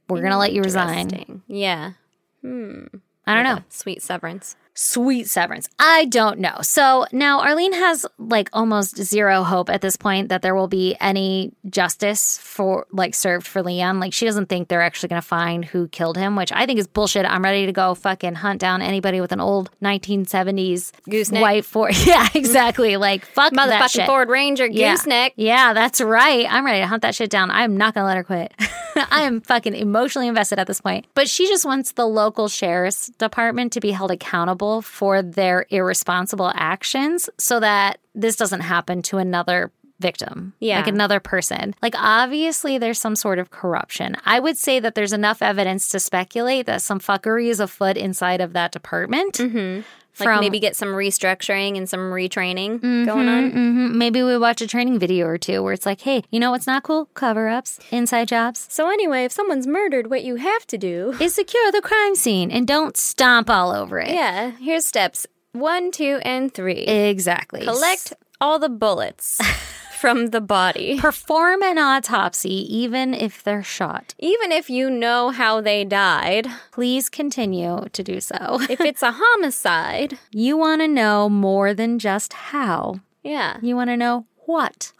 A: We're going to let you resign.
B: Interesting. Yeah.
A: I don't know.
B: Sweet severance.
A: Sweet severance. I don't know. So now Arlene has like almost zero hope at this point that there will be any justice for like served for Leon. Like, she doesn't think they're actually going to find who killed him, which I think is bullshit. I'm ready to go fucking hunt down anybody with an old 1970s
B: Gooseneck.
A: white for. Yeah, exactly. Like, fuck that
B: Motherfucking
A: shit.
B: Ford Ranger
A: Yeah.
B: gooseneck.
A: Yeah, that's right. I'm ready to hunt that shit down. I'm not going to let her quit. I am fucking emotionally invested at this point. But she just wants the local sheriff's department to be held accountable for their irresponsible actions so that this doesn't happen to another victim.
B: Yeah.
A: Like another person. Like obviously there's some sort of corruption. I would say that there's enough evidence to speculate that some fuckery is afoot inside of that department.
B: Mm-hmm. Like
A: From-
B: maybe get some restructuring and some retraining going on.
A: hmm Maybe we watch a training video or two where it's like, hey, you know what's not cool? Cover ups, inside jobs.
B: So anyway, if someone's murdered, what you have to do
A: Is secure the crime scene and don't stomp all over it.
B: Yeah, here's steps one, two, and three.
A: Exactly.
B: Collect all the bullets from the body.
A: Perform an autopsy even if they're shot.
B: Even if you know how they died,
A: Please continue to do so.
B: if it's a homicide,
A: You want to know more than just how.
B: yeah.
A: You want to know what.
B: What?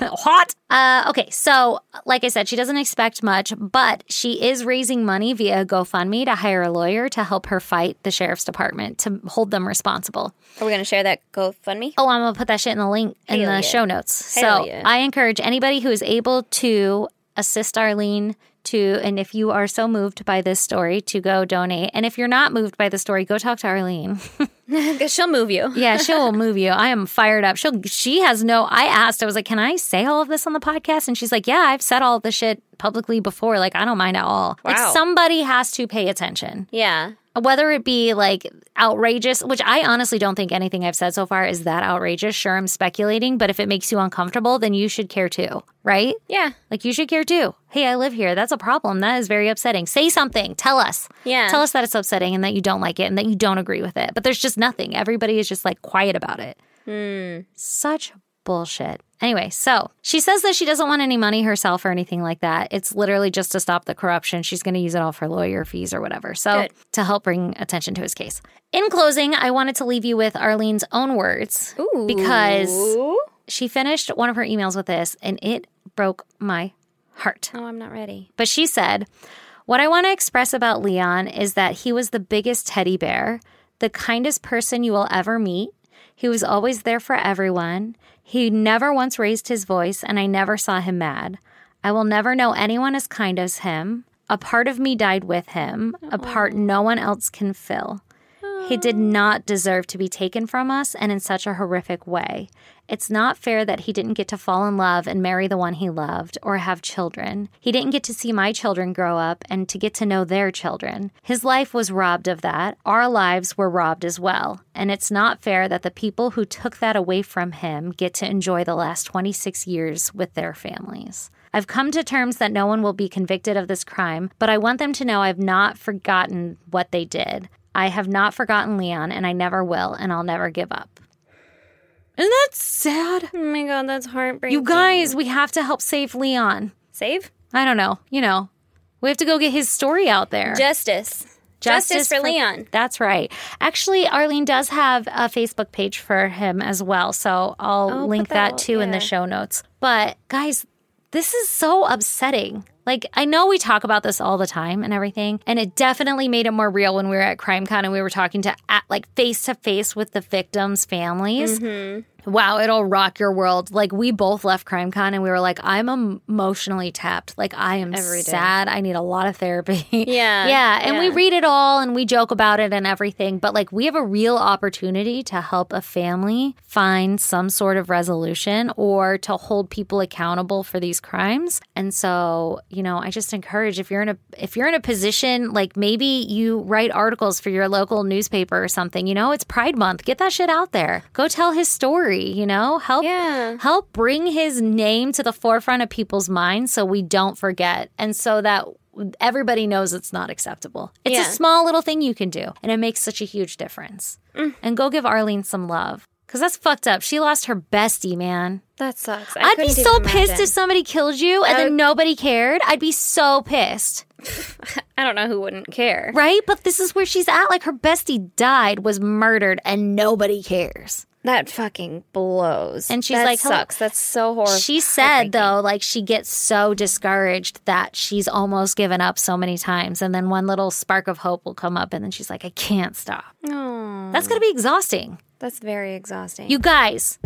A: Hot. Uh, okay, so like I said, she doesn't expect much, but she is raising money via GoFundMe to hire a lawyer to help her fight the sheriff's department to hold them responsible.
B: Are we going to share that GoFundMe?
A: Oh, I'm gonna put that shit in the link in
B: Hell
A: the
B: yeah.
A: show notes.
B: Hell
A: so
B: yeah.
A: I encourage anybody who is able to assist Arlene to, and if you are so moved by this story, to go donate. And if you're not moved by the story, go talk to Arlene.
B: 'Cause she'll move you.
A: Yeah, she'll move you. I am fired up. She'll. She has no. I asked. I was like, "Can I say all of this on the podcast?" And she's like, "Yeah, I've said all this shit publicly before. Like, I don't mind at all.
B: Wow.
A: Like, somebody has to pay attention,
B: Yeah.
A: whether it be like outrageous, which I honestly don't think anything I've said so far is that outrageous. Sure, I'm speculating, but if it makes you uncomfortable, then you should care too, right?
B: Yeah.
A: Like, you should care too. Hey, I live here. That's a problem. That is very upsetting. Say something. Tell us.
B: Yeah.
A: Tell us that it's upsetting and that you don't like it and that you don't agree with it. But there's just nothing. Everybody is just like quiet about it.
B: Hmm.
A: Such bullshit. Anyway, so she says that she doesn't want any money herself or anything like that. It's literally just to stop the corruption. She's going to use it all for lawyer fees or whatever. So,
B: Good.
A: to help bring attention to his case. In closing, I wanted to leave you with Arlene's own words
B: Ooh.
A: because
B: Oh,
A: she finished one of her emails with this and it broke my heart.
B: I'm not ready.
A: But she said, What I want to express about Leon is that he was the biggest teddy bear, the kindest person you will ever meet. He was always there for everyone. He never once raised his voice, and I never saw him mad. I will never know anyone as kind as him. A part of me died with him, a part no one else can fill. He did not deserve to be taken from us and in such a horrific way. It's not fair that he didn't get to fall in love and marry the one he loved or have children. He didn't get to see my children grow up and to get to know their children. His life was robbed of that. Our lives were robbed as well. And it's not fair that the people who took that away from him get to enjoy the last 26 years with their families. I've come to terms that no one will be convicted of this crime, but I want them to know I've not forgotten what they did. I have not forgotten Leon, and I never will, and I'll never give up. Isn't that sad?
B: Oh my god, that's heartbreaking.
A: You guys, we have to help save Leon.
B: save
A: I don't know. You know, we have to go get his story out there.
B: justice. Justice, for, Leon.
A: That's right. Actually, Arlene does have a Facebook page for him as well. So I'll
B: Oh,
A: link
B: put that
A: that
B: out,
A: too in the
B: yeah.
A: show notes. But guys, this is so upsetting. Like, I know we talk about this all the time and everything, and it definitely made it more real when we were at CrimeCon and we were talking to, at, like, face to face with the victims' families.
B: Mm-hmm.
A: Wow, it'll rock your world. Like we both left CrimeCon and we were like, I'm em- emotionally tapped. Like I am sad. I need a lot of therapy.
B: Yeah,
A: yeah. And we
B: yeah.
A: read it all and we joke about it and everything. But like we have a real opportunity to help a family find some sort of resolution or to hold people accountable for these crimes. And so, you know, I just encourage if you're in a if you're in a position like maybe you write articles for your local newspaper or something, you know, it's Pride Month. Get that shit out there. Go tell his story, you know? Help
B: Yeah.
A: help bring his name to the forefront of people's minds so we don't forget and so that everybody knows it's not acceptable. It's
B: Yeah.
A: a small little thing you can do and it makes such a huge difference.
B: Mm.
A: And go give Arlene some love cuz that's fucked up. She lost her bestie, man.
B: That sucks. I
A: I'd be
B: couldn't
A: so
B: even
A: pissed
B: imagine.
A: if somebody killed you and then nobody cared. I'd be so pissed.
B: I don't know who wouldn't care.
A: Right? But this is where she's at like her bestie died was murdered and nobody cares.
B: That fucking blows.
A: And she's
B: That
A: like, hello-
B: sucks. That's so horrible.
A: She said though, like she gets so discouraged that she's almost given up so many times, and then one little spark of hope will come up, and then she's like, "I can't stop."
B: oh,
A: That's gonna be exhausting.
B: that's very exhausting.
A: You guys,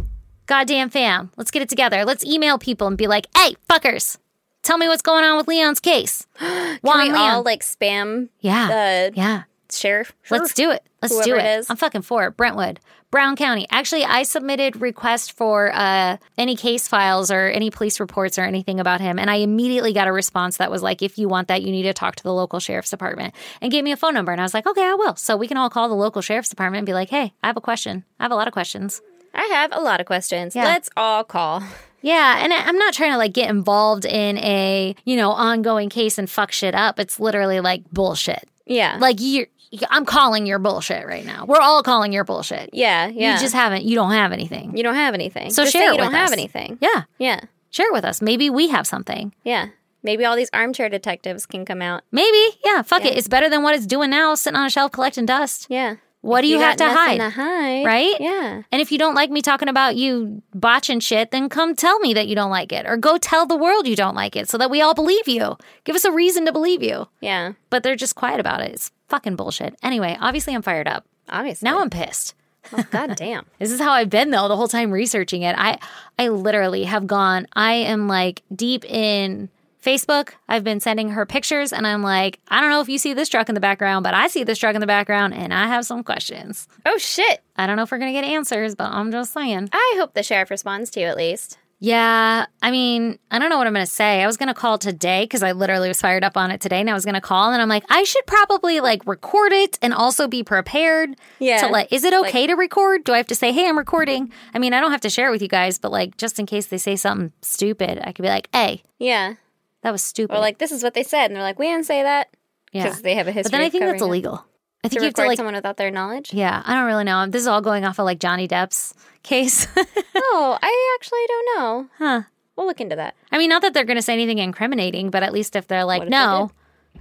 A: goddamn fam, let's get it together. Let's email people and be like, "Hey, fuckers, tell me what's going on with Leon's case." Juan
B: Can we
A: Leon.
B: all like spam
A: yeah,
B: uh,
A: yeah.
B: sheriff?
A: Let's do it. Let's do
B: Whoever
A: it.
B: it is.
A: I'm fucking for it. Brentwood, Brown County. Actually, I submitted request for uh, any case files or any police reports or anything about him, and I immediately got a response that was like, "If you want that, you need to talk to the local sheriff's department," and gave me a phone number. And I was like, "Okay, I will." So we can all call the local sheriff's department and be like, "Hey, I have a question. I have a lot of questions."
B: I have a lot of questions. Let's all call.
A: Yeah, and I- I'm not trying to like get involved in a you know ongoing case and fuck shit up. It's literally like bullshit.
B: Yeah.
A: Like you, I'm calling your bullshit right now. We're all calling your bullshit.
B: yeah. Yeah.
A: You just haven't. You don't have anything.
B: You don't have anything.
A: So
B: Just
A: share
B: say
A: it
B: you don't
A: with
B: have
A: us.
B: anything.
A: Yeah,
B: Yeah.
A: share it with us. Maybe we have something.
B: Yeah. Maybe all these armchair detectives can come out.
A: Maybe. Yeah. Fuck it. It's better than what it's doing now, sitting on a shelf collecting dust.
B: Yeah.
A: What do you, have
B: got
A: to hide?
B: nothing to hide,
A: Right?
B: Yeah.
A: And if you don't like me talking about you botching shit, then come tell me that you don't like it, or go tell the world you don't like it, so that we all believe you. Give us a reason to believe you.
B: Yeah.
A: But they're just quiet about it. It's fucking bullshit. Anyway, obviously I'm fired up.
B: Obviously.
A: Now I'm pissed.
B: Oh, God damn.
A: This is how I've been though the whole time researching it. I I literally have gone. I am like deep in Facebook. I've been sending her pictures and I'm like, I don't know if you see this truck in the background, but I see this truck in the background and I have some questions.
B: Oh shit.
A: I don't know if we're going to get answers, but I'm just saying.
B: I hope the sheriff responds to you at least.
A: Yeah, I mean, I don't know what I'm going to say. I was going to call today cuz I literally was fired up on it today and I was going to call and I'm like, I should probably like record it and also be prepared.
B: Yeah.
A: to like is it okay to record do i have to say hey i'm recording i mean i don't have to share it with you guys but like just in case they say something stupid i could be like hey
B: Yeah.
A: that was stupid
B: Or like this is what they said, and they're like, we didn't say that
A: yeah
B: because they have a history.
A: but then i
B: of
A: think that's
B: covering
A: illegal i
B: up. To
A: think you have
B: record
A: to like
B: someone without their knowledge.
A: yeah i don't really know this is all going off of like johnny depp's case
B: oh, I actually don't know.
A: huh
B: We'll look into that.
A: i mean not that they're going to say anything incriminating but at least if they're like
B: What if they
A: no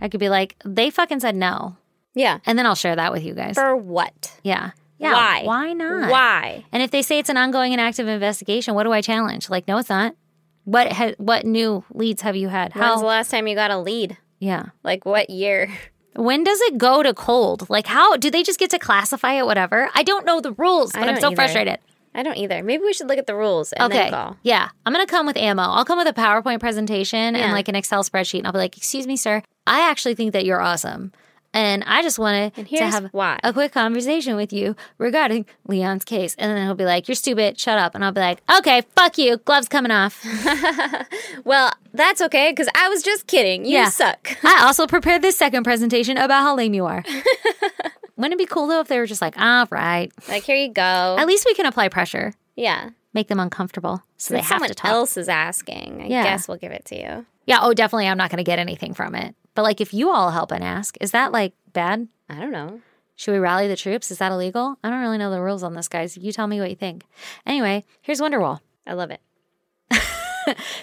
A: i could be like they fucking said no
B: Yeah.
A: and then i'll share that with you guys
B: For what?
A: yeah yeah
B: Why?
A: why not
B: Why?
A: And if they say it's an ongoing and active investigation, what do I challenge? Like, no, it's not. What ha- what new leads have you had?
B: When's the
A: How?
B: last time you got a lead?
A: Yeah.
B: Like what year?
A: When does it go to cold? Like, how do they just get to classify it? Whatever. I don't know the rules, but I'm
B: don't
A: so
B: either.
A: frustrated.
B: I don't either. Maybe we should look at the rules and
A: Okay.
B: then call.
A: Yeah, I'm gonna come with ammo. I'll come with a PowerPoint presentation and
B: Yeah.
A: like an Excel spreadsheet, and I'll be like, "Excuse me, sir, I actually think that you're awesome." and I just wanted
B: And
A: to
B: here's
A: have
B: why.
A: a quick conversation with you regarding Leon's case. And then he'll be like, You're stupid, shut up. And I'll be like, Okay, fuck you, gloves coming off.
B: Well, that's okay because I was just kidding. You
A: Yeah.
B: suck.
A: I also prepared this second presentation about how lame you are. Wouldn't it be cool though if they were just like, All right,
B: Like here you go.
A: at least we can apply pressure,
B: yeah.
A: make them uncomfortable so they
B: If
A: have
B: someone
A: to talk.
B: else is asking, I
A: Yeah.
B: guess we'll give it to you.
A: Yeah, oh, definitely, I'm not going to get anything from it. But like, if you all help and ask, is that like bad?
B: I don't know.
A: Should we rally the troops? Is that illegal? I don't really know the rules on this, guys. You tell me what you think. Anyway, here's Wonderwall.
B: I love it.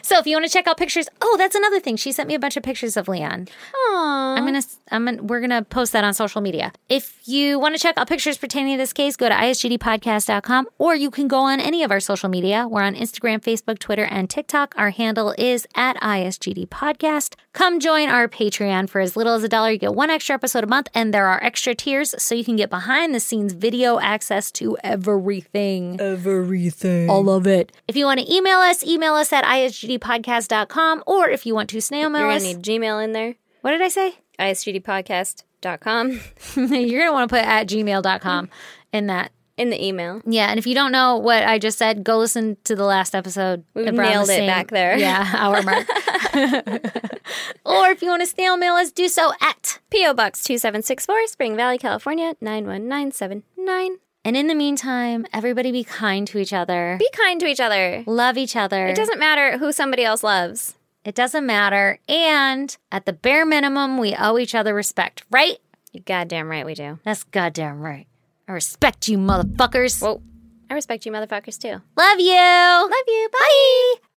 A: So if you want to check out pictures, oh, that's another thing. She sent me a bunch of pictures of Leon.
B: Aww.
A: I'm gonna, I'm gonna, we're gonna post that on social media. If you want to check out pictures pertaining to this case, go to isgdpodcast.com or you can go on any of our social media. We're on Instagram, Facebook, Twitter, and TikTok. Our handle is at isgdpodcast. Come join our Patreon for as little as a dollar. You get one extra episode a month, and there are extra tiers, so you can get behind the scenes video access to everything. All of it. If you want to email us, email us at isgdpodcast.com or if you want to snail mail
B: You're going
A: us.
B: to need Gmail in there.
A: what did I say?
B: ISGDpodcast.com
A: You're going to want to put at gmail.com in that.
B: in the email.
A: Yeah. And if you don't know what I just said, go listen to the last episode.
B: We've
A: around the
B: nailed it
A: same-
B: back there.
A: Yeah. Hour mark. or if you want to snail mail us, do so at.
B: P.O. Box 2764, Spring Valley, California, 91979.
A: And in the meantime, everybody be kind to each other.
B: Be kind to each other.
A: Love each other.
B: It doesn't matter who somebody else loves.
A: It doesn't matter. And at the bare minimum, we owe each other respect, right?
B: You goddamn right we do.
A: That's goddamn right. I respect you, motherfuckers.
B: Whoa. I respect you motherfuckers too.
A: Love you. Love you. Bye.